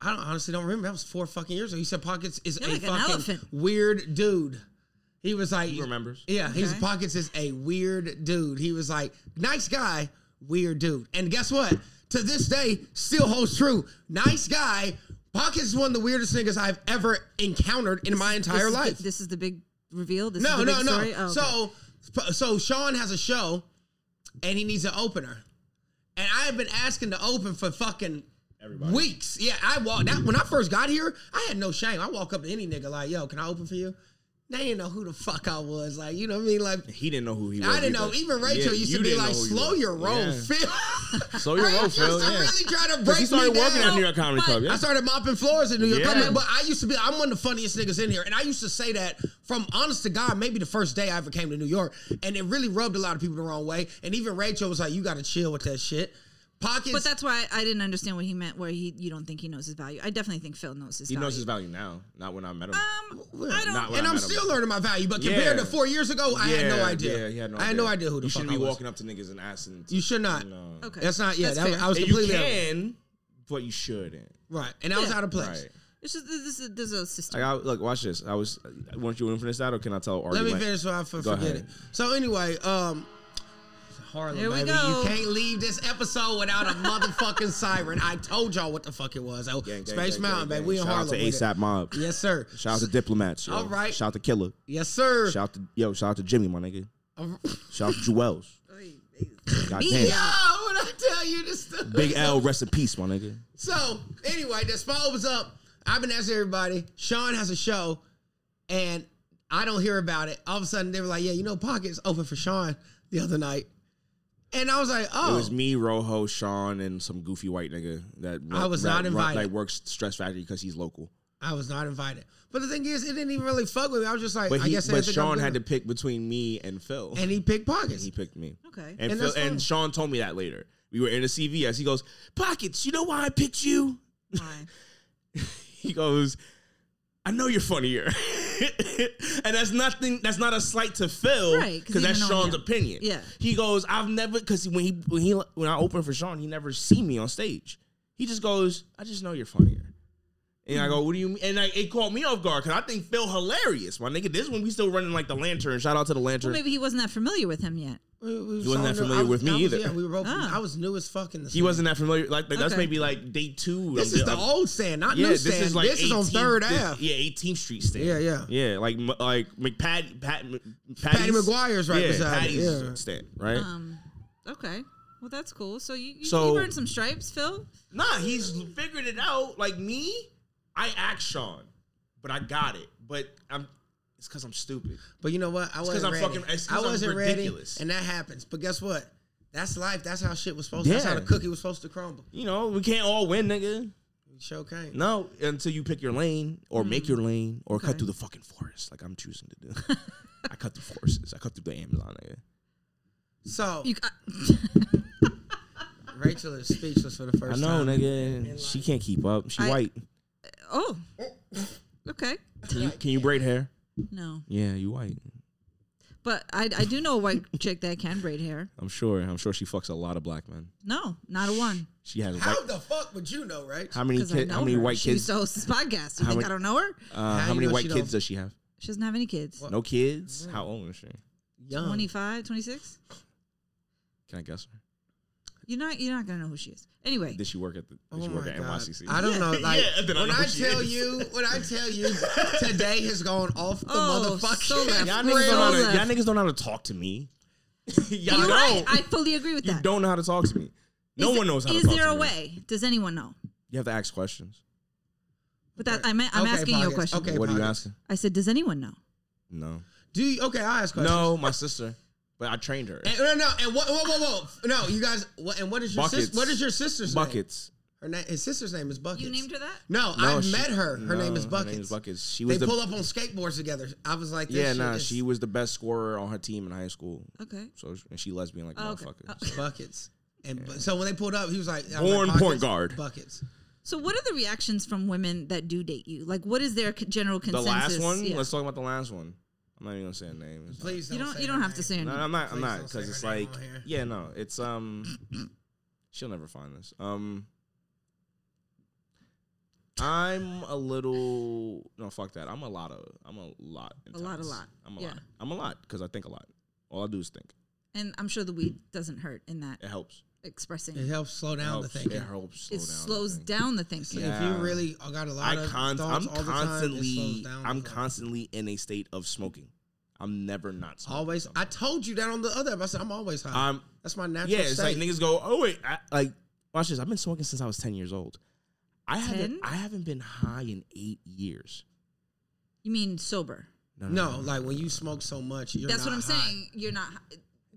[SPEAKER 5] I don't, honestly don't remember. That was four fucking years ago. He said Pockets is
[SPEAKER 3] You're
[SPEAKER 5] a
[SPEAKER 3] like an
[SPEAKER 5] fucking
[SPEAKER 3] elephant.
[SPEAKER 5] weird dude. He was like,
[SPEAKER 4] He remembers.
[SPEAKER 5] Yeah, he's
[SPEAKER 3] Okay.
[SPEAKER 5] Pockets is a weird dude. He was like, nice guy, weird dude. And guess what? To this day, still holds true. Nice guy. Pockets is one of the weirdest niggas I've ever encountered in my
[SPEAKER 3] This is
[SPEAKER 5] entire
[SPEAKER 3] the-
[SPEAKER 5] life.
[SPEAKER 3] this is the big reveal. This
[SPEAKER 5] no,
[SPEAKER 3] is the
[SPEAKER 5] no,
[SPEAKER 3] big
[SPEAKER 5] no.
[SPEAKER 3] story? Oh, okay.
[SPEAKER 5] So, so Sean has a show, and he needs an opener. And I have been asking to open for fucking
[SPEAKER 4] Everybody.
[SPEAKER 5] weeks. Yeah, I walk that when I first got here, I had no shame. I walk up to any nigga like, "Yo, can I open for you?" They didn't know who the fuck I was. Like, you know what I mean? Like,
[SPEAKER 4] He didn't know who he was.
[SPEAKER 5] I didn't know.
[SPEAKER 4] either.
[SPEAKER 5] Even Rachel
[SPEAKER 4] Yeah,
[SPEAKER 5] used
[SPEAKER 4] you
[SPEAKER 5] to be
[SPEAKER 4] didn't
[SPEAKER 5] like,
[SPEAKER 4] know who he
[SPEAKER 5] "Slow
[SPEAKER 4] was."
[SPEAKER 5] your roll,
[SPEAKER 4] Yeah.
[SPEAKER 5] Phil."
[SPEAKER 4] Slow your
[SPEAKER 5] Rachel
[SPEAKER 4] roll,
[SPEAKER 5] used
[SPEAKER 4] Phil.
[SPEAKER 5] to
[SPEAKER 4] Yeah.
[SPEAKER 5] really try to
[SPEAKER 4] 'Cause
[SPEAKER 5] break
[SPEAKER 4] he started
[SPEAKER 5] me
[SPEAKER 4] working
[SPEAKER 5] down.
[SPEAKER 4] at New York Comedy
[SPEAKER 3] but-
[SPEAKER 4] Club. Yeah.
[SPEAKER 5] I started mopping floors in New York.
[SPEAKER 4] Yeah.
[SPEAKER 5] I mean, but I used to be, I'm one of the funniest niggas in here. And I used to say that from honest to God, maybe the first day I ever came to New York. And it really rubbed a lot of people the wrong way. And even Rachel was like, you got to chill with that shit. Pockets.
[SPEAKER 3] But that's why I didn't understand what he meant. Where he, you don't think he knows his value. I definitely think Phil knows his
[SPEAKER 4] He
[SPEAKER 3] value.
[SPEAKER 4] knows his value now, not when I met him.
[SPEAKER 5] Ah,
[SPEAKER 3] Um, I don't.
[SPEAKER 4] Not when
[SPEAKER 5] and
[SPEAKER 4] I
[SPEAKER 5] I'm
[SPEAKER 4] met him.
[SPEAKER 5] still learning my value, but compared
[SPEAKER 4] Yeah.
[SPEAKER 5] to four years ago, I had no idea.
[SPEAKER 4] Yeah, he had no
[SPEAKER 5] I had no idea who the
[SPEAKER 4] You
[SPEAKER 5] fuck
[SPEAKER 4] shouldn't
[SPEAKER 5] I
[SPEAKER 4] be
[SPEAKER 5] was.
[SPEAKER 4] walking up to niggas and asking.
[SPEAKER 5] You should not.
[SPEAKER 4] No.
[SPEAKER 3] okay,
[SPEAKER 5] That's not. Yeah,
[SPEAKER 3] That's
[SPEAKER 5] that,
[SPEAKER 3] fair.
[SPEAKER 5] I was
[SPEAKER 4] And you
[SPEAKER 5] completely out of-
[SPEAKER 4] can, but you shouldn't.
[SPEAKER 5] right, and I was
[SPEAKER 3] Yeah.
[SPEAKER 5] out of place.
[SPEAKER 4] Right.
[SPEAKER 3] It's just this is this is a system.
[SPEAKER 4] Like, I, look, watch this. I was. Weren't you want to finish that, or can I tell? Ari
[SPEAKER 5] Let me
[SPEAKER 4] Lang-
[SPEAKER 5] finish so I f-
[SPEAKER 4] Go
[SPEAKER 5] forget
[SPEAKER 4] ahead.
[SPEAKER 5] it. So anyway, um, Harlem,
[SPEAKER 3] Here we
[SPEAKER 5] baby.
[SPEAKER 3] go.
[SPEAKER 5] You can't leave this episode without a motherfucking siren. I told y'all what the fuck it was. Oh,
[SPEAKER 4] Gang, gang,
[SPEAKER 5] Space
[SPEAKER 4] gang,
[SPEAKER 5] Mountain,
[SPEAKER 4] gang,
[SPEAKER 5] baby. We
[SPEAKER 4] gang.
[SPEAKER 5] in
[SPEAKER 4] Shout
[SPEAKER 5] Harlem.
[SPEAKER 4] out to
[SPEAKER 5] with it.
[SPEAKER 4] ASAP Mob.
[SPEAKER 5] Yes, sir.
[SPEAKER 4] Shout out to diplomats. Yo.
[SPEAKER 5] All right.
[SPEAKER 4] Shout out to Killer.
[SPEAKER 5] Yes, sir.
[SPEAKER 4] Shout out to yo. Shout out to Jimmy, my nigga. Shout out to Jewels.
[SPEAKER 5] Yo,
[SPEAKER 4] Goddamn.
[SPEAKER 5] Oh, when I tell you this stuff.
[SPEAKER 4] Big L, rest in peace, my nigga.
[SPEAKER 5] So anyway, the spot opens up. I've been asking everybody. Sean has a show, and I don't hear about it. All of a sudden, they were like, "Yeah, you know, Pockets open for Sean the other night," and I was like, "Oh,
[SPEAKER 4] It was me, Rojo, Sean, and some goofy white nigga that
[SPEAKER 5] I was
[SPEAKER 4] that
[SPEAKER 5] not invited.
[SPEAKER 4] That works Stress Factory because he's local.
[SPEAKER 5] I was not invited." But the thing is, it didn't even really fuck with me. I was just like,
[SPEAKER 4] But,
[SPEAKER 5] "I
[SPEAKER 4] he,
[SPEAKER 5] guess." they
[SPEAKER 4] but
[SPEAKER 5] think
[SPEAKER 4] Sean
[SPEAKER 5] I'm
[SPEAKER 4] had to
[SPEAKER 5] good."
[SPEAKER 4] pick between me and Phil,
[SPEAKER 5] and he picked Pockets.
[SPEAKER 4] he picked me.
[SPEAKER 3] Okay.
[SPEAKER 4] And
[SPEAKER 5] And
[SPEAKER 4] Phil,
[SPEAKER 5] that's fine.
[SPEAKER 4] and Sean told me that later. We were in a CVS. He goes, "Pockets, you know why I picked you?"
[SPEAKER 3] Why?
[SPEAKER 4] He goes, "I know you're funnier," and that's nothing. That's not a slight to Phil,
[SPEAKER 3] Right, 'cause
[SPEAKER 4] Because
[SPEAKER 3] he
[SPEAKER 4] that's
[SPEAKER 3] didn't know
[SPEAKER 4] Sean's
[SPEAKER 3] him.
[SPEAKER 4] opinion.
[SPEAKER 3] Yeah.
[SPEAKER 4] He goes, "I've never," because when he when he when I opened for Sean, he never see me on stage. He just goes, "I just know you're funnier." And I go, what do you mean? And like, it caught me off guard because I think Phil hilarious, my nigga. This is when we still running like the lantern. Shout out to the lantern.
[SPEAKER 3] Well, maybe he wasn't that familiar with him yet.
[SPEAKER 5] We- we
[SPEAKER 4] He wasn't that
[SPEAKER 5] saw no-
[SPEAKER 4] familiar
[SPEAKER 5] I was-
[SPEAKER 4] with me
[SPEAKER 5] I was-
[SPEAKER 4] either.
[SPEAKER 5] Yeah, we were both.
[SPEAKER 3] Ah.
[SPEAKER 5] I was new as fuck in this.
[SPEAKER 4] he wasn't that familiar. Like, like that's
[SPEAKER 3] Okay.
[SPEAKER 4] maybe like day two.
[SPEAKER 5] This
[SPEAKER 4] of
[SPEAKER 5] is the
[SPEAKER 4] of-
[SPEAKER 5] old stand, not new stand. This is, on
[SPEAKER 4] 18th
[SPEAKER 5] Third
[SPEAKER 4] this- e-
[SPEAKER 5] Ave.
[SPEAKER 4] Yeah, 18th Street stand.
[SPEAKER 5] Yeah, yeah.
[SPEAKER 4] yeah. Like m- like McPad Pat, Patty's,
[SPEAKER 5] Patty McGuire's right
[SPEAKER 4] yeah,
[SPEAKER 5] beside it,
[SPEAKER 4] Patty's
[SPEAKER 5] yeah.
[SPEAKER 4] stand. Right?
[SPEAKER 3] Um, okay. Well, that's cool. So you you,
[SPEAKER 4] So-
[SPEAKER 3] you earned some stripes, Phil.
[SPEAKER 4] nah, he's figured it out. Like me, I act Sean, but I got it. But I'm it's because I'm stupid.
[SPEAKER 5] But you know what? I
[SPEAKER 4] 'cause
[SPEAKER 5] wasn't
[SPEAKER 4] I'm
[SPEAKER 5] ready.
[SPEAKER 4] fucking- it's 'cause
[SPEAKER 5] I
[SPEAKER 4] I'm
[SPEAKER 5] wasn't
[SPEAKER 4] ridiculous.
[SPEAKER 5] ready, and that happens. But guess what? That's life. That's how shit was supposed. to That's how
[SPEAKER 4] Yeah.
[SPEAKER 5] the cookie was supposed to crumble.
[SPEAKER 4] You know, we can't all win, nigga.
[SPEAKER 5] It sure can't.
[SPEAKER 4] No, until you pick your lane or make your lane or
[SPEAKER 3] Mm-hmm. Okay.
[SPEAKER 4] cut through the fucking forest, like I'm choosing to do. I cut through forests. I cut through the Amazon, nigga.
[SPEAKER 5] So
[SPEAKER 3] You got,
[SPEAKER 5] Rachel is speechless for the
[SPEAKER 4] I
[SPEAKER 5] first
[SPEAKER 4] know,
[SPEAKER 5] time.
[SPEAKER 4] nigga. She can't keep up. She
[SPEAKER 3] I-
[SPEAKER 4] white.
[SPEAKER 3] oh, okay.
[SPEAKER 4] Can you, can you braid hair?
[SPEAKER 3] No,
[SPEAKER 4] Yeah, you white.
[SPEAKER 3] but I I do know a white chick that can braid hair.
[SPEAKER 4] I'm sure. I'm sure she fucks a lot of black men.
[SPEAKER 3] No, not a one.
[SPEAKER 4] She has
[SPEAKER 5] How
[SPEAKER 4] white.
[SPEAKER 5] the fuck would you know, Rachel?
[SPEAKER 4] How many
[SPEAKER 3] Because I
[SPEAKER 4] kids?
[SPEAKER 3] know
[SPEAKER 4] How many
[SPEAKER 3] her.
[SPEAKER 4] white
[SPEAKER 3] she
[SPEAKER 4] kids?
[SPEAKER 3] She hosts podcasts. You
[SPEAKER 4] How
[SPEAKER 3] think
[SPEAKER 4] many-
[SPEAKER 3] I don't know her?
[SPEAKER 4] uh,
[SPEAKER 5] How
[SPEAKER 4] how
[SPEAKER 5] you
[SPEAKER 4] many
[SPEAKER 5] know
[SPEAKER 4] white
[SPEAKER 5] she
[SPEAKER 4] kids
[SPEAKER 5] don't-
[SPEAKER 4] does she have?
[SPEAKER 3] She doesn't have any kids.
[SPEAKER 4] No kids. How old is she? um,
[SPEAKER 5] Young.
[SPEAKER 3] 25, 26?
[SPEAKER 4] Can I guess her?
[SPEAKER 3] You're not you're not gonna know who she is. Anyway,
[SPEAKER 4] Did she work at the? Did
[SPEAKER 5] Oh
[SPEAKER 4] she work
[SPEAKER 5] my
[SPEAKER 4] at
[SPEAKER 5] God.
[SPEAKER 4] NYCC?
[SPEAKER 5] I don't know.
[SPEAKER 4] Yeah,
[SPEAKER 5] Like
[SPEAKER 4] then I
[SPEAKER 5] when
[SPEAKER 4] know
[SPEAKER 5] I
[SPEAKER 4] who she
[SPEAKER 5] tell
[SPEAKER 4] is.
[SPEAKER 5] you, when I tell you, today has gone off the
[SPEAKER 3] Oh,
[SPEAKER 5] motherfucking
[SPEAKER 3] so left.
[SPEAKER 4] Y'all
[SPEAKER 5] rails.
[SPEAKER 4] niggas, don't know how to,
[SPEAKER 3] Really?
[SPEAKER 4] y'all niggas don't know how to talk to me. y'all
[SPEAKER 3] you're
[SPEAKER 4] don't.
[SPEAKER 3] right. I fully agree with
[SPEAKER 4] you
[SPEAKER 3] that.
[SPEAKER 4] don't know how to talk to me. No
[SPEAKER 3] Is-
[SPEAKER 4] one knows how
[SPEAKER 3] Is
[SPEAKER 4] to talk
[SPEAKER 3] there
[SPEAKER 4] to
[SPEAKER 3] a
[SPEAKER 4] me.
[SPEAKER 3] way? Does anyone know?
[SPEAKER 4] You have to ask questions.
[SPEAKER 3] But that I meant, I'm
[SPEAKER 5] Okay,
[SPEAKER 3] asking you a
[SPEAKER 5] podcast.
[SPEAKER 3] question.
[SPEAKER 5] Okay.
[SPEAKER 4] what are you
[SPEAKER 5] Pockets.
[SPEAKER 4] asking?
[SPEAKER 3] I said, does anyone know?
[SPEAKER 4] No.
[SPEAKER 5] Do you, okay. I ask questions.
[SPEAKER 4] No, my sister. But I trained her.
[SPEAKER 5] And, no, no, and what? Whoa, whoa, whoa! No, you guys. What, and what is your
[SPEAKER 4] Buckets.
[SPEAKER 5] sis, what is your sister's name?
[SPEAKER 4] Buckets.
[SPEAKER 5] Her name. His sister's name is Buckets.
[SPEAKER 3] You named her that?
[SPEAKER 5] No,
[SPEAKER 4] No,
[SPEAKER 5] I
[SPEAKER 4] she-
[SPEAKER 5] met her.
[SPEAKER 4] no,
[SPEAKER 5] Her name is Buckets.
[SPEAKER 4] Buckets. She
[SPEAKER 5] They
[SPEAKER 4] was the
[SPEAKER 5] pull up on skateboards together. I was like, this
[SPEAKER 4] Yeah,
[SPEAKER 5] shit
[SPEAKER 4] nah,
[SPEAKER 5] is
[SPEAKER 4] she was the best scorer on her team in high school.
[SPEAKER 3] Okay.
[SPEAKER 4] So and she lesbian like a
[SPEAKER 3] Oh, okay.
[SPEAKER 4] motherfucker.
[SPEAKER 3] Oh.
[SPEAKER 4] So-
[SPEAKER 5] buckets. And bu- so when they pulled up, he was like, I was
[SPEAKER 4] Born
[SPEAKER 5] like,
[SPEAKER 4] point
[SPEAKER 5] Buckets,
[SPEAKER 4] guard.
[SPEAKER 5] Buckets.
[SPEAKER 3] So what are the reactions from women that do date you? Like, what is their c- general
[SPEAKER 4] The
[SPEAKER 3] consensus?
[SPEAKER 4] last one.
[SPEAKER 3] Yeah.
[SPEAKER 4] Let's talk about the last one. I'm not even gonna say her name. It's not-
[SPEAKER 5] Please
[SPEAKER 3] you
[SPEAKER 5] don't.
[SPEAKER 3] don't.
[SPEAKER 5] say
[SPEAKER 3] You don't
[SPEAKER 5] her
[SPEAKER 3] have to
[SPEAKER 5] name.
[SPEAKER 3] say. Her
[SPEAKER 4] No,
[SPEAKER 3] name.
[SPEAKER 4] I'm not. I'm
[SPEAKER 5] Please
[SPEAKER 4] not
[SPEAKER 5] don't say
[SPEAKER 4] because it's
[SPEAKER 5] her name
[SPEAKER 4] like
[SPEAKER 5] on here.
[SPEAKER 4] yeah, no, it's um, she'll never find this. Um, I'm a little no, fuck that. I'm a lot of. I'm a lot.
[SPEAKER 3] A lot, a
[SPEAKER 4] intense.
[SPEAKER 3] lot.
[SPEAKER 4] I'm a
[SPEAKER 3] Yeah.
[SPEAKER 4] lot. I'm a lot because I think a lot. All I do is think.
[SPEAKER 3] And I'm sure the weed doesn't hurt in that
[SPEAKER 4] It helps.
[SPEAKER 3] expressing.
[SPEAKER 5] It helps slow
[SPEAKER 4] It
[SPEAKER 5] down
[SPEAKER 4] helps.
[SPEAKER 5] the
[SPEAKER 4] It
[SPEAKER 5] thinking.
[SPEAKER 4] helps. slow
[SPEAKER 3] it
[SPEAKER 4] down the
[SPEAKER 3] slows
[SPEAKER 4] thing.
[SPEAKER 3] down the thinking.
[SPEAKER 5] Like, If
[SPEAKER 4] Yeah.
[SPEAKER 5] you really I got a lot
[SPEAKER 4] I
[SPEAKER 5] of
[SPEAKER 4] con-
[SPEAKER 5] thoughts
[SPEAKER 4] I'm
[SPEAKER 5] all the time, it slows
[SPEAKER 4] constantly
[SPEAKER 5] down. the
[SPEAKER 4] I'm
[SPEAKER 5] thought.
[SPEAKER 4] constantly in a state of smoking. I'm never not smoking.
[SPEAKER 5] always. I told you that on the other. episode. I said I'm always high.
[SPEAKER 4] Um,
[SPEAKER 5] That's my natural
[SPEAKER 4] yeah, it's
[SPEAKER 5] state.
[SPEAKER 4] like niggas go, oh wait, I, like watch this. I've been smoking since I was ten years old. I
[SPEAKER 3] Ten?
[SPEAKER 4] haven't I haven't been high in eight years.
[SPEAKER 3] You mean sober?
[SPEAKER 5] no, like when you smoke so much, you're
[SPEAKER 3] That's what
[SPEAKER 5] not
[SPEAKER 3] I'm
[SPEAKER 5] high.
[SPEAKER 3] saying. You're not.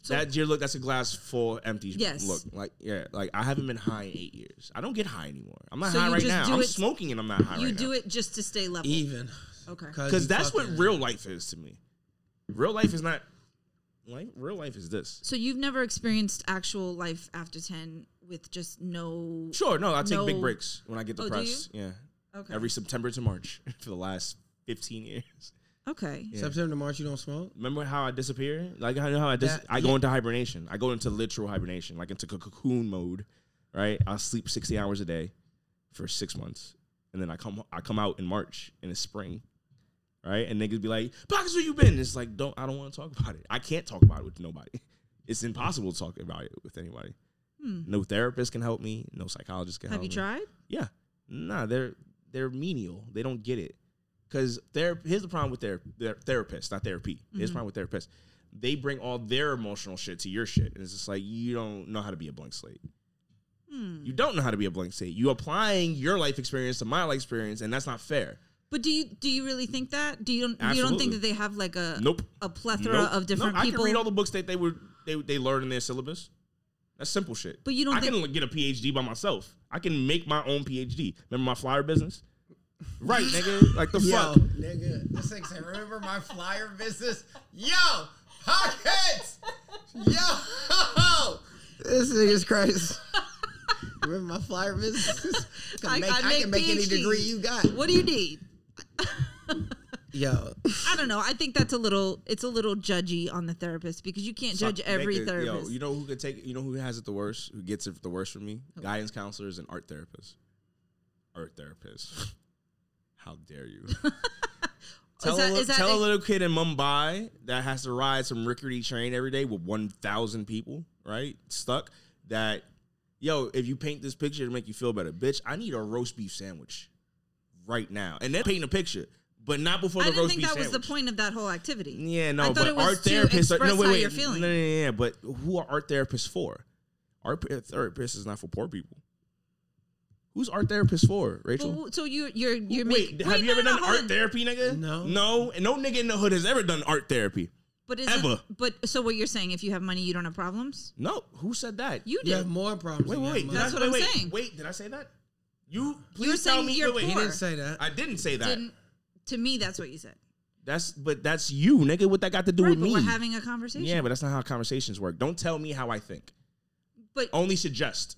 [SPEAKER 3] So
[SPEAKER 4] that your look. That's a glass full empty.
[SPEAKER 3] Yes.
[SPEAKER 4] Look, like yeah, like I haven't been high in eight years. I don't get high anymore. I'm not
[SPEAKER 3] So
[SPEAKER 4] high
[SPEAKER 3] you
[SPEAKER 4] right
[SPEAKER 3] just
[SPEAKER 4] now.
[SPEAKER 3] do
[SPEAKER 4] I'm
[SPEAKER 3] it-
[SPEAKER 4] smoking and I'm not high
[SPEAKER 3] you
[SPEAKER 4] right
[SPEAKER 3] do
[SPEAKER 4] now. E
[SPEAKER 3] it just to stay level.
[SPEAKER 5] Even
[SPEAKER 3] Okay.
[SPEAKER 5] you
[SPEAKER 4] because that's what
[SPEAKER 5] fucking-
[SPEAKER 4] real life is to me. Real life is not. Life, real life is this.
[SPEAKER 3] So you've never experienced actual life after ten with just no.
[SPEAKER 4] Sure, no, I take big
[SPEAKER 3] No.
[SPEAKER 4] breaks when I get
[SPEAKER 3] Oh, do
[SPEAKER 4] depressed. Yeah.
[SPEAKER 3] Okay.
[SPEAKER 4] Every September to March for the last 15 years.
[SPEAKER 3] okay.
[SPEAKER 4] Yeah.
[SPEAKER 5] September to March, you don't smoke.
[SPEAKER 4] Remember how I disappear? Like how, how I dis-
[SPEAKER 5] That-
[SPEAKER 4] I go
[SPEAKER 5] yeah.
[SPEAKER 4] into hibernation. I go into literal hibernation, like into c- cocoon mode, right? I sleep 60 hours a day for 6 months. And then I come I come out in March and it's spring. Right? And niggas be like, "Box, where you been?" It's like, "Don't I don't want to talk about it. I can't talk about it with nobody. It's impossible to talk about it with anybody.
[SPEAKER 3] Hmm.
[SPEAKER 4] No therapist can help me, no psychologist can
[SPEAKER 3] Have
[SPEAKER 4] help
[SPEAKER 3] you
[SPEAKER 4] me.
[SPEAKER 3] tried?
[SPEAKER 4] Yeah. Nah, they're they're menial. They don't get it. Cause ther- here's the problem with their their therapists, not therapy. Here's the problem with therapists. They bring all their emotional shit to your shit. And it's just like you don't know how to be a blank slate.
[SPEAKER 3] Hmm.
[SPEAKER 4] You don't know how to be a blank slate. You applying your life experience to my life experience, and that's not fair.
[SPEAKER 3] But do you do you really think that? Do you don't you don't think
[SPEAKER 4] Absolutely.
[SPEAKER 3] that they have like a
[SPEAKER 4] Nope.
[SPEAKER 3] a plethora
[SPEAKER 4] Nope.
[SPEAKER 3] of different
[SPEAKER 4] No, I
[SPEAKER 3] people?
[SPEAKER 4] can read all the books that they were they they learn in their syllabus. That's simple shit.
[SPEAKER 3] But you don't
[SPEAKER 4] I
[SPEAKER 3] think-
[SPEAKER 4] can get a PhD by myself. I can make my own PhD. Remember my flyer business? Right, nigga. Like the
[SPEAKER 5] Yo,
[SPEAKER 4] fuck.
[SPEAKER 5] nigga, this thing said, remember my flyer business? Yo, pockets. Yo, this nigga's crazy. Remember my flyer business? I
[SPEAKER 3] I-
[SPEAKER 5] can make,
[SPEAKER 3] I
[SPEAKER 5] I
[SPEAKER 3] make
[SPEAKER 5] can make any
[SPEAKER 3] PhD.
[SPEAKER 5] degree you got.
[SPEAKER 3] What do you need?
[SPEAKER 5] Yo,
[SPEAKER 3] I don't know. I think that's a little it's a little judgy on the therapist because you can't judge
[SPEAKER 4] Fuck,
[SPEAKER 3] every
[SPEAKER 4] nigga,
[SPEAKER 3] therapist.
[SPEAKER 4] Yo, you know who could take? You know who has it the worst? Who gets it the worst from me? Guidance counselors and art therapists. Art therapists. How dare you? tell
[SPEAKER 3] that-
[SPEAKER 4] a, li-
[SPEAKER 3] is that
[SPEAKER 4] tell a
[SPEAKER 3] ex-
[SPEAKER 4] little kid in Mumbai that has to ride some rickety train every day with one thousand people, right? Stuck. That yo, if you paint this picture to make you feel better, bitch, I need a roast beef sandwich right now, and then paint a picture. But not before
[SPEAKER 3] I
[SPEAKER 4] the
[SPEAKER 3] didn't
[SPEAKER 4] roast
[SPEAKER 3] think
[SPEAKER 4] beef
[SPEAKER 3] that
[SPEAKER 4] sandwich.
[SPEAKER 3] was the point of that whole activity.
[SPEAKER 4] Yeah,
[SPEAKER 3] I
[SPEAKER 4] no,
[SPEAKER 3] thought
[SPEAKER 4] but
[SPEAKER 3] it was
[SPEAKER 4] art
[SPEAKER 3] to
[SPEAKER 4] therapists are
[SPEAKER 3] express
[SPEAKER 4] no wait,
[SPEAKER 3] how
[SPEAKER 4] wait,
[SPEAKER 3] you're
[SPEAKER 4] no, no,
[SPEAKER 3] feeling.
[SPEAKER 4] no, no, no, But who are art therapists for? Art p- therapists is not for poor people. Who's art therapists for,
[SPEAKER 3] But
[SPEAKER 4] Rachel?
[SPEAKER 3] w- so you're you're you're
[SPEAKER 4] wait,
[SPEAKER 3] making.
[SPEAKER 4] have
[SPEAKER 3] wait,
[SPEAKER 4] you
[SPEAKER 3] no,
[SPEAKER 4] ever
[SPEAKER 3] no,
[SPEAKER 4] done
[SPEAKER 3] hold
[SPEAKER 4] art
[SPEAKER 3] on.
[SPEAKER 4] therapy, nigga?
[SPEAKER 5] No.
[SPEAKER 4] no, and no nigga in the hood has ever done art therapy.
[SPEAKER 3] But isn't,
[SPEAKER 4] ever.
[SPEAKER 3] But so what you're saying? If you have money, you don't have problems.
[SPEAKER 4] No, who said that?
[SPEAKER 3] You do.
[SPEAKER 5] you have more problems.
[SPEAKER 4] wait,
[SPEAKER 5] than
[SPEAKER 4] wait,
[SPEAKER 5] you
[SPEAKER 4] wait.
[SPEAKER 5] have
[SPEAKER 3] That's
[SPEAKER 4] did
[SPEAKER 5] money.
[SPEAKER 4] I,
[SPEAKER 3] what I'm
[SPEAKER 4] wait, wait,
[SPEAKER 3] saying.
[SPEAKER 4] Wait, did I say that? You please
[SPEAKER 3] You're
[SPEAKER 4] tell
[SPEAKER 3] saying
[SPEAKER 4] me.
[SPEAKER 3] you're
[SPEAKER 4] wait, wait,
[SPEAKER 5] He
[SPEAKER 3] poor.
[SPEAKER 5] didn't say that.
[SPEAKER 4] I didn't say that.
[SPEAKER 3] Didn't, to me, that's what you said.
[SPEAKER 4] That's but that's you, nigga. What that got to do
[SPEAKER 3] Right,
[SPEAKER 4] with
[SPEAKER 3] but
[SPEAKER 4] me?
[SPEAKER 3] we're having a conversation.
[SPEAKER 4] yeah, but that's not how conversations work. Don't tell me how I think.
[SPEAKER 3] but
[SPEAKER 4] only suggest.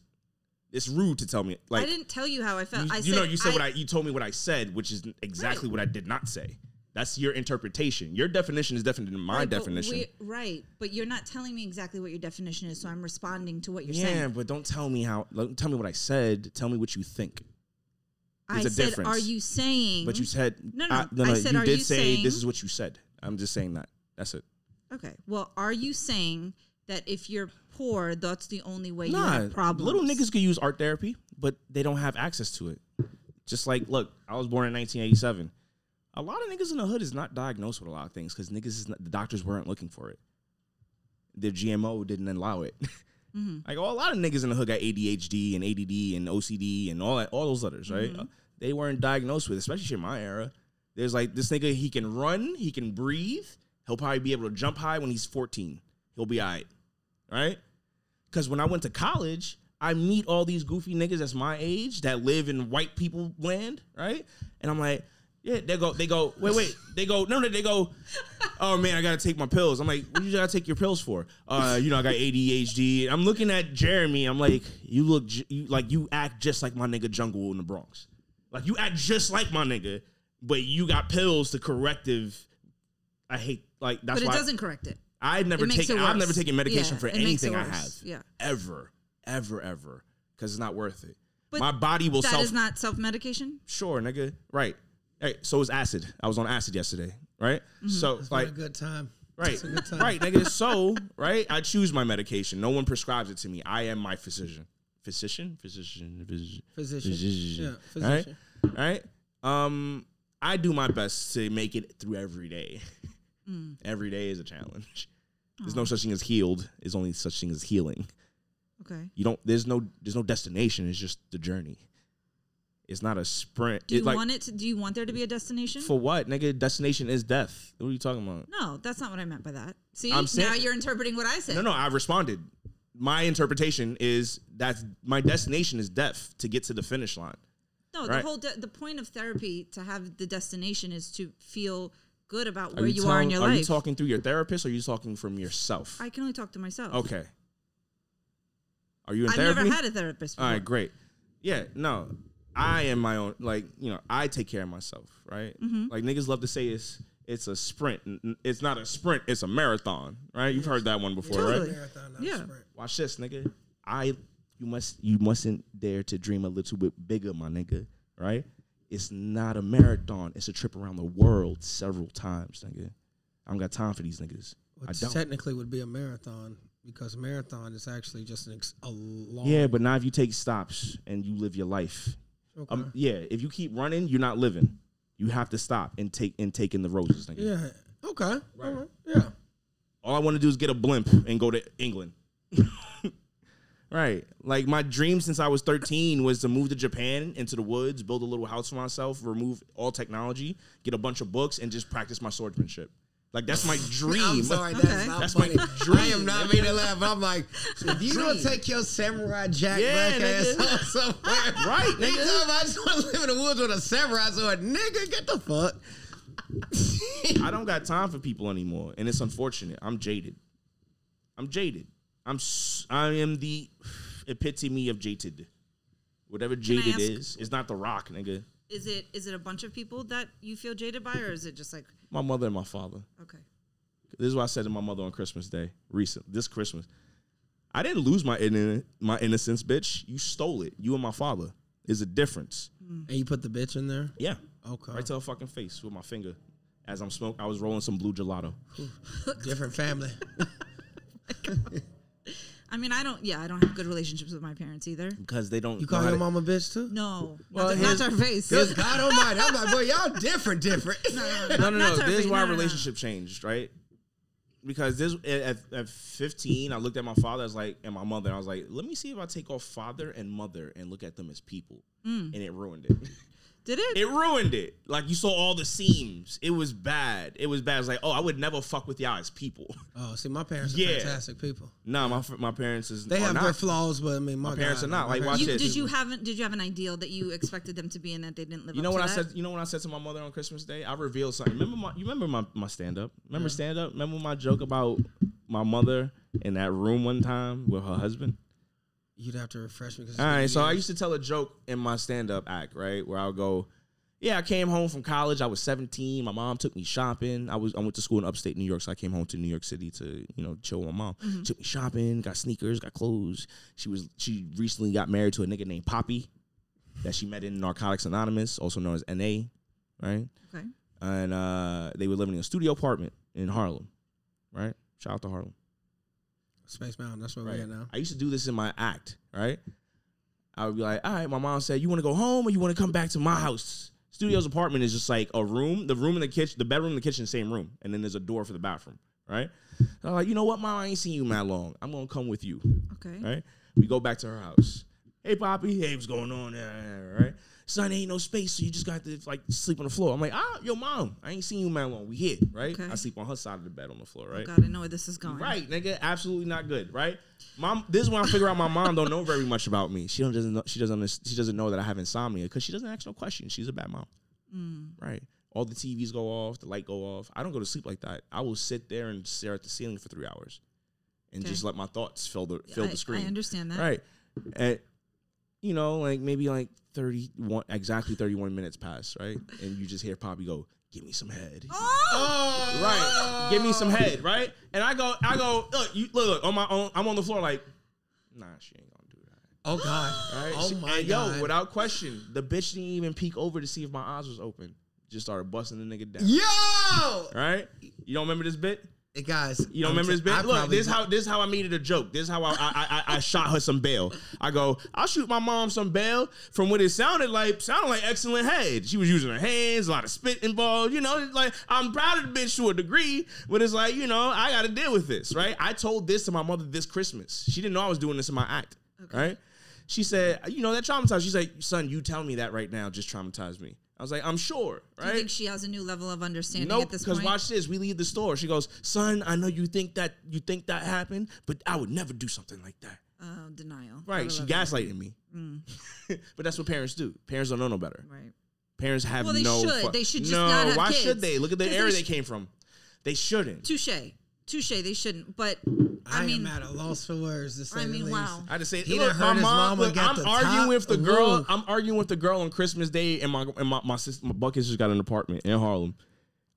[SPEAKER 4] It's rude to tell me. oh, Like
[SPEAKER 3] I didn't tell you how I
[SPEAKER 4] you,
[SPEAKER 3] felt. I
[SPEAKER 4] you
[SPEAKER 3] said,
[SPEAKER 4] know, you said what I you told me what I said, which is exactly what I did not say. That's your interpretation. Your definition is different than my
[SPEAKER 3] Right, but
[SPEAKER 4] definition.
[SPEAKER 3] we- right, but you're not telling me exactly what your definition is, so I'm responding to what you're
[SPEAKER 4] yeah,
[SPEAKER 3] saying.
[SPEAKER 4] but don't tell me how. like, Tell me what I said. Tell me what you think.
[SPEAKER 3] I
[SPEAKER 4] there's a
[SPEAKER 3] said,
[SPEAKER 4] difference.
[SPEAKER 3] "Are you saying?"
[SPEAKER 4] But you said
[SPEAKER 3] Mm-hmm. No, no,
[SPEAKER 4] I,
[SPEAKER 3] I said,
[SPEAKER 4] you
[SPEAKER 3] are
[SPEAKER 4] did
[SPEAKER 3] you
[SPEAKER 4] say
[SPEAKER 3] saying-
[SPEAKER 4] this is what you said. I'm just saying that. That's it.
[SPEAKER 3] "Okay, well, are you saying that if you're poor, that's the only way you
[SPEAKER 4] Nah,
[SPEAKER 3] have problems?"
[SPEAKER 4] little niggas could use art therapy, but they don't have access to it. Just like, look, I was born in 1987. A lot of niggas in the hood is not diagnosed with a lot of things because niggas is not, the doctors weren't looking for it. Their GMO didn't allow it.
[SPEAKER 3] Mm-hmm.
[SPEAKER 4] Like well, a lot of niggas in the hood got ADHD and ADD and OCD and all that, all those others, right?
[SPEAKER 3] Mm-hmm.
[SPEAKER 4] Uh, They weren't diagnosed with, especially shit in my era. There's like this nigga, he can run, he can breathe. He'll probably be able to jump high when he's 14. He'll be all right, right? Because when I went to college, I meet all these goofy niggas that's my age that live in white people land, right? And I'm like, yeah, they go, they go, wait, wait, they go, no, no, they go, oh man, I gotta take my pills. I'm like, what you gotta take your pills for? Uh, you know, I got ADHD. I'm looking at Jeremy. I'm like, you look, j- you, like you act just like my nigga Jungle in the Bronx. Like you act just like my nigga, but you got pills to corrective. I hate like that's
[SPEAKER 3] but it
[SPEAKER 4] why
[SPEAKER 3] doesn't correct it.
[SPEAKER 4] I've never
[SPEAKER 3] It makes
[SPEAKER 4] taken
[SPEAKER 3] it
[SPEAKER 4] I've
[SPEAKER 3] worse.
[SPEAKER 4] never taken medication
[SPEAKER 3] Yeah,
[SPEAKER 4] for
[SPEAKER 3] it makes it
[SPEAKER 4] anything I
[SPEAKER 3] worse.
[SPEAKER 4] have.
[SPEAKER 3] Yeah.
[SPEAKER 4] Ever, ever, ever. Cause it's not worth it.
[SPEAKER 3] But
[SPEAKER 4] My body will
[SPEAKER 3] That is
[SPEAKER 4] self
[SPEAKER 3] not self-medication.
[SPEAKER 4] sure, nigga. Right. Right. So is acid. I was on acid yesterday. Right?
[SPEAKER 3] Mm-hmm.
[SPEAKER 4] So
[SPEAKER 5] What
[SPEAKER 4] like
[SPEAKER 5] a good time.
[SPEAKER 4] Right.
[SPEAKER 5] It's a good time.
[SPEAKER 4] Right, nigga. So, right, I choose my medication. No one prescribes it to me. I am my physician. Physician? Physician. Physician.
[SPEAKER 5] Physician. Yeah,
[SPEAKER 4] All right?
[SPEAKER 5] physician.
[SPEAKER 4] All right. Um, I do my best to make it through every day.
[SPEAKER 3] Mm.
[SPEAKER 4] Every day is a challenge. There's no such thing as healed. There's only such thing as healing.
[SPEAKER 3] Okay.
[SPEAKER 4] You don't there's no there's no destination, it's just the journey. It's not a sprint.
[SPEAKER 3] Do you
[SPEAKER 4] It, like,
[SPEAKER 3] want it? To, do you want there to be a destination?
[SPEAKER 4] for what, nigga? Destination is death. What are you talking about?
[SPEAKER 3] no, that's not what I meant by that. See,
[SPEAKER 4] I'm saying-
[SPEAKER 3] now you're interpreting what I said.
[SPEAKER 4] No, no, I responded. My interpretation is that's my destination is death to get to the finish line.
[SPEAKER 3] No,
[SPEAKER 4] Right.
[SPEAKER 3] the whole de- the point of therapy to have the destination is to feel good about where
[SPEAKER 4] you,
[SPEAKER 3] you, are in
[SPEAKER 4] telling-
[SPEAKER 3] your
[SPEAKER 4] are
[SPEAKER 3] life.
[SPEAKER 4] you talking through your therapist or are you talking from yourself?
[SPEAKER 3] I can only talk to myself.
[SPEAKER 4] okay. Are you in
[SPEAKER 3] I've
[SPEAKER 4] therapy?
[SPEAKER 3] never had a therapist before.
[SPEAKER 4] All right, great. Yeah, no, I am my own. Like you know, I take care of myself, right?
[SPEAKER 3] Mm-hmm.
[SPEAKER 4] Like niggas love to say it's it's a sprint. N- n- It's not a sprint. It's a marathon, right? You've heard that one before,
[SPEAKER 3] Totally.
[SPEAKER 4] right?
[SPEAKER 5] Marathon, not
[SPEAKER 3] Yeah.
[SPEAKER 5] sprint.
[SPEAKER 4] Watch this, nigga. I you must you mustn't dare to dream a little bit bigger, my nigga. Right? It's not a marathon. It's a trip around the world several times, nigga. I don't got time for these niggas. I
[SPEAKER 5] Which
[SPEAKER 4] don't.
[SPEAKER 5] technically would be a marathon because marathon is actually just an ex- a long.
[SPEAKER 4] Yeah, but now if you take stops and you live your life,
[SPEAKER 5] Okay.
[SPEAKER 4] um, yeah, if you keep running, you're not living. You have to stop and take and take in the roses. Nigga.
[SPEAKER 5] yeah. Okay. All right. Yeah.
[SPEAKER 4] All I want to do is get a blimp and go to England. right. Like my dream since I was 13 was to move to Japan into the woods, build a little house for myself, remove all technology, get a bunch of books, and just practice my swordsmanship. Like that's my dream.
[SPEAKER 5] I'm sorry, that's
[SPEAKER 3] Okay.
[SPEAKER 5] not
[SPEAKER 4] That's my
[SPEAKER 5] funny. I am not meaning to laugh. but I'm like, if you don't take your samurai jack
[SPEAKER 4] Yeah,
[SPEAKER 5] black ass
[SPEAKER 4] nigga.
[SPEAKER 5] off somewhere,
[SPEAKER 4] Right,
[SPEAKER 5] They
[SPEAKER 4] nigga.
[SPEAKER 5] tell me I just want to live in the woods with a samurai sword, nigga. Get the fuck.
[SPEAKER 4] I don't got time for people anymore, and it's unfortunate. I'm jaded. I'm jaded. I'm s- I am the epitome of jaded. Whatever jaded
[SPEAKER 3] ask-
[SPEAKER 4] is, it's not the rock, nigga.
[SPEAKER 3] Is it is it a bunch of people that you feel jaded by, or is it just like
[SPEAKER 4] My mother and my father.
[SPEAKER 3] okay?
[SPEAKER 4] This is what I said to my mother on Christmas Day, recent this Christmas. I didn't lose my inno- my innocence, bitch. You stole it. You and my father. There's a difference.
[SPEAKER 5] And you put the bitch in there.
[SPEAKER 4] Yeah.
[SPEAKER 5] Okay.
[SPEAKER 4] Right to her fucking face with my finger. As I'm smoking, I was rolling some blue gelato.
[SPEAKER 5] Different family.
[SPEAKER 3] I mean, I don't. Yeah, I don't have good relationships with my parents either.
[SPEAKER 4] Because they don't
[SPEAKER 5] You call
[SPEAKER 4] know how
[SPEAKER 5] your
[SPEAKER 4] to-
[SPEAKER 5] mama bitch too?
[SPEAKER 3] No,
[SPEAKER 4] Well,
[SPEAKER 3] not, to,
[SPEAKER 4] here's-
[SPEAKER 3] not to her face.
[SPEAKER 5] Good God Almighty! I'm like, boy, y'all different, different.
[SPEAKER 4] no, no, no.
[SPEAKER 3] Not
[SPEAKER 4] This is
[SPEAKER 3] every-
[SPEAKER 4] why
[SPEAKER 3] no, no, no.
[SPEAKER 4] relationship changed, right? Because this at, at 15, I looked at my father as like and my mother. And I was like, let me see if I take off father and mother and look at them as people,
[SPEAKER 3] Mm.
[SPEAKER 4] and it ruined it.
[SPEAKER 3] Did it?
[SPEAKER 4] It ruined it. Like you saw all the seams. It was bad. It was bad. It's like, oh, I would never fuck with y'all as people.
[SPEAKER 5] Oh, see, my parents are
[SPEAKER 4] Yeah.
[SPEAKER 5] fantastic people.
[SPEAKER 4] No, my my parents is
[SPEAKER 5] They
[SPEAKER 4] are
[SPEAKER 5] have
[SPEAKER 4] not.
[SPEAKER 5] their flaws, but I mean, my,
[SPEAKER 4] My parents
[SPEAKER 5] God,
[SPEAKER 4] are not.
[SPEAKER 5] my
[SPEAKER 4] Like,
[SPEAKER 5] parents-
[SPEAKER 4] watch
[SPEAKER 3] You,
[SPEAKER 4] this.
[SPEAKER 3] did you have an- Did you have an ideal that you expected them to be and that they didn't live?
[SPEAKER 4] You know
[SPEAKER 3] up to
[SPEAKER 4] what I
[SPEAKER 3] that?
[SPEAKER 4] said? You know what I said to my mother on Christmas Day? I revealed something. Remember my? You remember my my stand up? Remember stand up? Remember my joke about my mother in that room one time with her husband?
[SPEAKER 5] You'd have to refresh me. 'cause it's
[SPEAKER 4] All right,
[SPEAKER 5] been
[SPEAKER 4] so I
[SPEAKER 5] years.
[SPEAKER 4] used to tell a joke in my stand up act, right? Where I'll go, Yeah, I came home from college. I was 17. My mom took me shopping. I was I went to school in upstate New York, so I came home to New York City to, you know, chill with my mom. Took me shopping, got sneakers, got clothes. She was she recently got married to a nigga named Poppy that she met in Narcotics Anonymous, also known as NA, right?
[SPEAKER 3] Okay.
[SPEAKER 4] And uh they were living in a studio apartment in Harlem, right? Shout out to Harlem.
[SPEAKER 5] Space Mountain. That's where
[SPEAKER 4] Right.
[SPEAKER 5] we at now.
[SPEAKER 4] I used to do this in my act, right? I would be like, all right, my mom said, you want to go home or you want to come back to my house? Studio's apartment is just like a room, the room in the kitchen, the bedroom and the kitchen, same room. And then there's a door for the bathroom, right? And I'm like, you know what, mom, I ain't seen you mad long. I'm going to come with you,
[SPEAKER 3] Okay.
[SPEAKER 4] right? We go back to her house. Hey, Poppy, hey, what's going on? there? Right? Son, ain't no space, so you just got to like sleep on the floor. I'm like, ah, yo, mom, I ain't seen you mad long. We here, right?
[SPEAKER 3] Okay.
[SPEAKER 4] I sleep on her side of the bed on the floor, right?
[SPEAKER 3] Oh, God, I know where this is going.
[SPEAKER 4] Right, nigga, absolutely not good. Right, mom. This is when I figure out my mom don't know very much about me. She don't doesn't know, she doesn't under- she doesn't know that I have insomnia because she doesn't ask no questions. She's a bad mom.
[SPEAKER 3] Mm.
[SPEAKER 4] Right. All the TVs go off, the light go off. I don't go to sleep like that. I will sit there and stare at the ceiling for three hours, and
[SPEAKER 3] Okay.
[SPEAKER 4] just let my thoughts fill the fill
[SPEAKER 3] I,
[SPEAKER 4] the screen.
[SPEAKER 3] I understand that.
[SPEAKER 4] Right. And you know, like maybe like thirty one exactly thirty one minutes pass, right? And you just hear Poppy go, "Give me some head."
[SPEAKER 5] Oh,
[SPEAKER 4] Right. Give me some head, right? And I go, I go, look, you look, look on my own, I'm on the floor like, nah, she ain't gonna do that.
[SPEAKER 5] Oh God.
[SPEAKER 4] Right?
[SPEAKER 5] Oh
[SPEAKER 4] She-
[SPEAKER 5] my
[SPEAKER 4] and
[SPEAKER 5] God.
[SPEAKER 4] Yo, without question, the bitch didn't even peek over to see if my eyes was open. Just started busting the nigga down.
[SPEAKER 5] Yo,
[SPEAKER 4] Right? You don't remember this bit?
[SPEAKER 5] Hey, guys.
[SPEAKER 4] You don't
[SPEAKER 5] I'm
[SPEAKER 4] remember
[SPEAKER 5] t-
[SPEAKER 4] this bit?
[SPEAKER 5] I
[SPEAKER 4] Look,
[SPEAKER 5] probably-
[SPEAKER 4] this how this how I made it a joke. This how I I, I I- I shot her some bail. I go, I'll shoot my mom some bail from what it sounded like. Sounded like excellent head. She was using her hands, a lot of spit involved. You know, like I'm proud of the bitch to a degree, but it's like you know I got to deal with this, right? I told this to my mother this Christmas. She didn't know I was doing this in my act, right? She said, you know that traumatized. She's like, son, you tell me that right now just traumatized me. I was like, I'm sure,
[SPEAKER 3] Do you
[SPEAKER 4] right?
[SPEAKER 3] think she has a new level of understanding
[SPEAKER 4] No,
[SPEAKER 3] at this
[SPEAKER 4] because
[SPEAKER 3] point?
[SPEAKER 4] watch this. We leave the store. She goes, "Son, I know you think that you think that happened, but I would never do something like that."
[SPEAKER 3] oh, denial.
[SPEAKER 4] Right? She gaslighted me. but that's what parents do. Parents don't know no better.
[SPEAKER 3] Right.
[SPEAKER 4] Parents have
[SPEAKER 3] Well, they
[SPEAKER 4] no.
[SPEAKER 3] should.
[SPEAKER 4] fu-
[SPEAKER 3] They should just
[SPEAKER 4] no,
[SPEAKER 3] not have
[SPEAKER 4] why
[SPEAKER 3] kids.
[SPEAKER 4] should they? Look at the
[SPEAKER 3] 'Cause
[SPEAKER 4] area
[SPEAKER 3] they
[SPEAKER 4] they
[SPEAKER 3] sh-
[SPEAKER 4] came from. They shouldn't.
[SPEAKER 3] Touche. Touche. They shouldn't. But
[SPEAKER 5] I,
[SPEAKER 3] mean-
[SPEAKER 5] am at a loss for words. To say
[SPEAKER 3] I
[SPEAKER 5] the
[SPEAKER 3] mean,
[SPEAKER 5] least.
[SPEAKER 3] wow.
[SPEAKER 4] I just say,
[SPEAKER 5] He
[SPEAKER 4] look,
[SPEAKER 5] done
[SPEAKER 4] my
[SPEAKER 5] heard his
[SPEAKER 4] mom.
[SPEAKER 5] mama
[SPEAKER 4] Look,
[SPEAKER 5] got
[SPEAKER 4] I'm
[SPEAKER 5] the
[SPEAKER 4] arguing
[SPEAKER 5] top
[SPEAKER 4] with the girl.
[SPEAKER 5] roof.
[SPEAKER 4] I'm arguing with the girl on Christmas Day, and my and my my sister, my Buckets just got an apartment in Harlem.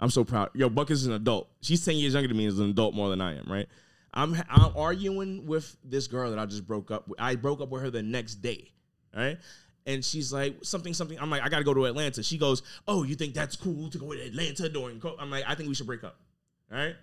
[SPEAKER 4] I'm so proud. Yo, Buckets is an adult. She's ten years younger than me. and Is an adult more than I am, right? I'm I'm arguing with this girl that I just broke up. with. I broke up with her the next day, all right? And she's like something something. I'm like, I gotta go to Atlanta. She goes, Oh, you think that's cool to go to Atlanta during? co-" I'm like, I think we should break up, all right?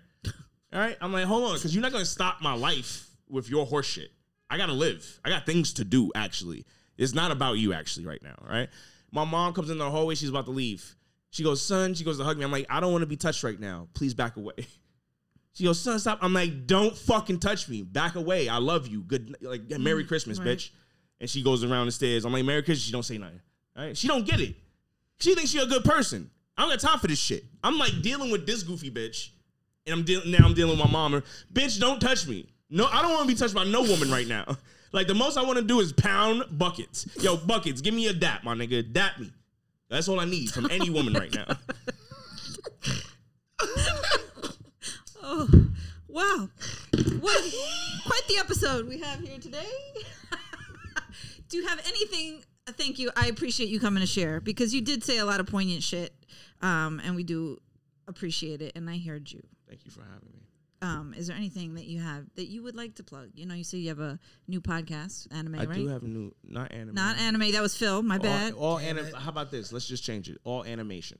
[SPEAKER 4] All right. I'm like, hold on, because you're not gonna stop my life with your horse shit. I gotta live. I got things to do, actually. It's not about you actually right now, all right? My mom comes in the hallway, she's about to leave. She goes, son, she goes to hug me. I'm like, I don't want to be touched right now. Please back away. She goes, son, stop. I'm like, don't fucking touch me. Back away. I love you. Good like Merry Christmas,
[SPEAKER 3] right.
[SPEAKER 4] bitch. And she goes around the stairs. I'm like, Merry Christmas. She don't say nothing. All right. She don't get it. She thinks she a good person. I don't got time for this shit. I'm like dealing with this goofy bitch, and I'm dealing now. I'm dealing with my mom. and, Bitch, don't touch me. No, I don't want to be touched by no woman right now. Like the most I want to do is pound buckets. Yo, buckets, give me a dap, my nigga. Dap me. That's all I need from any woman right now.
[SPEAKER 3] Oh, wow. What quite the episode we have here today. Do you have anything? Thank you. I appreciate you coming to share because you did say a lot of poignant shit, um, and we do appreciate it. And I heard you.
[SPEAKER 4] Thank you for having me.
[SPEAKER 3] Um, is there anything that you have that you would like to plug? You know, you say you have a new podcast, anime,
[SPEAKER 4] I
[SPEAKER 3] right?
[SPEAKER 4] do have a new, not anime,
[SPEAKER 3] Not anime. That was Phil. My bad.
[SPEAKER 4] All, all anim- How about this? Let's just change it. All animation.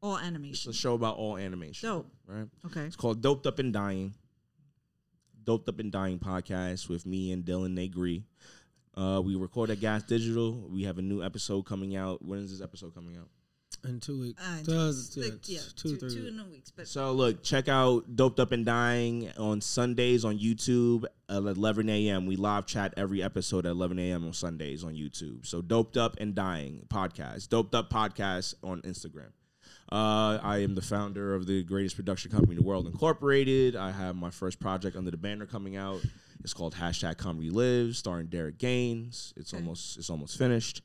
[SPEAKER 3] All
[SPEAKER 4] It's a
[SPEAKER 3] animation.
[SPEAKER 4] show about all animation.
[SPEAKER 3] Dope.
[SPEAKER 4] Right.
[SPEAKER 3] Okay.
[SPEAKER 4] It's called Doped Up and Dying. Doped Up and Dying podcast with me and Dylan Negri. Uh, we record at Gas Digital. We have a new episode coming out. When is this episode coming out?
[SPEAKER 5] in two weeks,
[SPEAKER 3] Uh,
[SPEAKER 5] Does-
[SPEAKER 3] two,
[SPEAKER 5] yeah,
[SPEAKER 3] like, yeah,
[SPEAKER 5] two,
[SPEAKER 3] two,
[SPEAKER 5] three
[SPEAKER 3] two
[SPEAKER 5] weeks.
[SPEAKER 3] in a weeks, but
[SPEAKER 4] So look, check out Doped Up and Dying on Sundays on YouTube at 11 a.m. We live chat every episode at 11 a.m. on Sundays on YouTube. So Doped Up and Dying podcast, Doped Up podcast on Instagram. Uh, I am the founder of the greatest production company in the world, Incorporated. I have my first project under the banner coming out. It's called hashtag Comedy Lives, starring Derek Gaines. It's almost it's almost finished.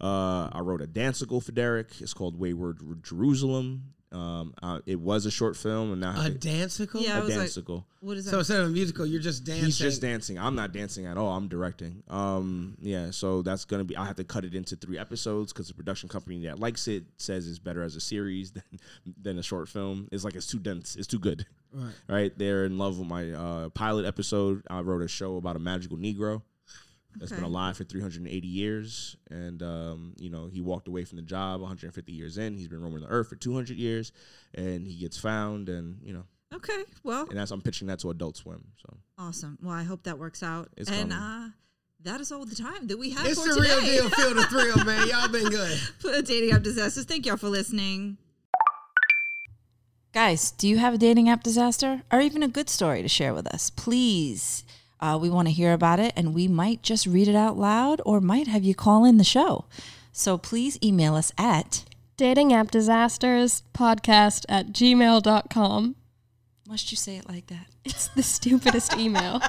[SPEAKER 4] Uh, I wrote a danceicle for Derek. It's called Wayward Ru- Jerusalem. Um, uh, it was a short film, and now I
[SPEAKER 5] A
[SPEAKER 4] have it-
[SPEAKER 5] danceicle.
[SPEAKER 3] Yeah.
[SPEAKER 4] a
[SPEAKER 3] I was like-
[SPEAKER 4] danceicle.
[SPEAKER 3] what is that?
[SPEAKER 5] So instead of a musical, you're just dancing.
[SPEAKER 4] He's just dancing. I'm not dancing at all. I'm directing. Um, yeah, so that's gonna be. I have to cut it into three episodes because the production company that likes it says it's better as a series than than a short film. It's like it's too dense. It's too good.
[SPEAKER 5] Right.
[SPEAKER 4] Right. They're in love with my uh, pilot episode. I wrote a show about a magical Negro that's been
[SPEAKER 3] Okay.
[SPEAKER 4] alive for 380 years, and um, you know he walked away from the job 150 years in. He's been roaming the earth for 200 years, and he gets found, and you know,
[SPEAKER 3] okay. Well,
[SPEAKER 4] and that's I'm pitching that to Adult Swim. So.
[SPEAKER 3] Awesome. Well, I hope that works out.
[SPEAKER 4] It's
[SPEAKER 3] and
[SPEAKER 4] coming.
[SPEAKER 3] uh, that is all the time that we have
[SPEAKER 5] It's
[SPEAKER 3] for
[SPEAKER 5] the real
[SPEAKER 3] today
[SPEAKER 5] deal. Feel the thrill, man. Y'all been good.
[SPEAKER 3] for dating up disasters. Thank y'all for listening.
[SPEAKER 6] Guys, do you have a dating app disaster or even a good story to share with us? Please. Uh, we want to hear about it and we might just read it out loud or might have you call in the show. So please email us at
[SPEAKER 7] Dating app disasters podcast at gmail.com.
[SPEAKER 6] must you say it like that?
[SPEAKER 7] It's the stupidest email.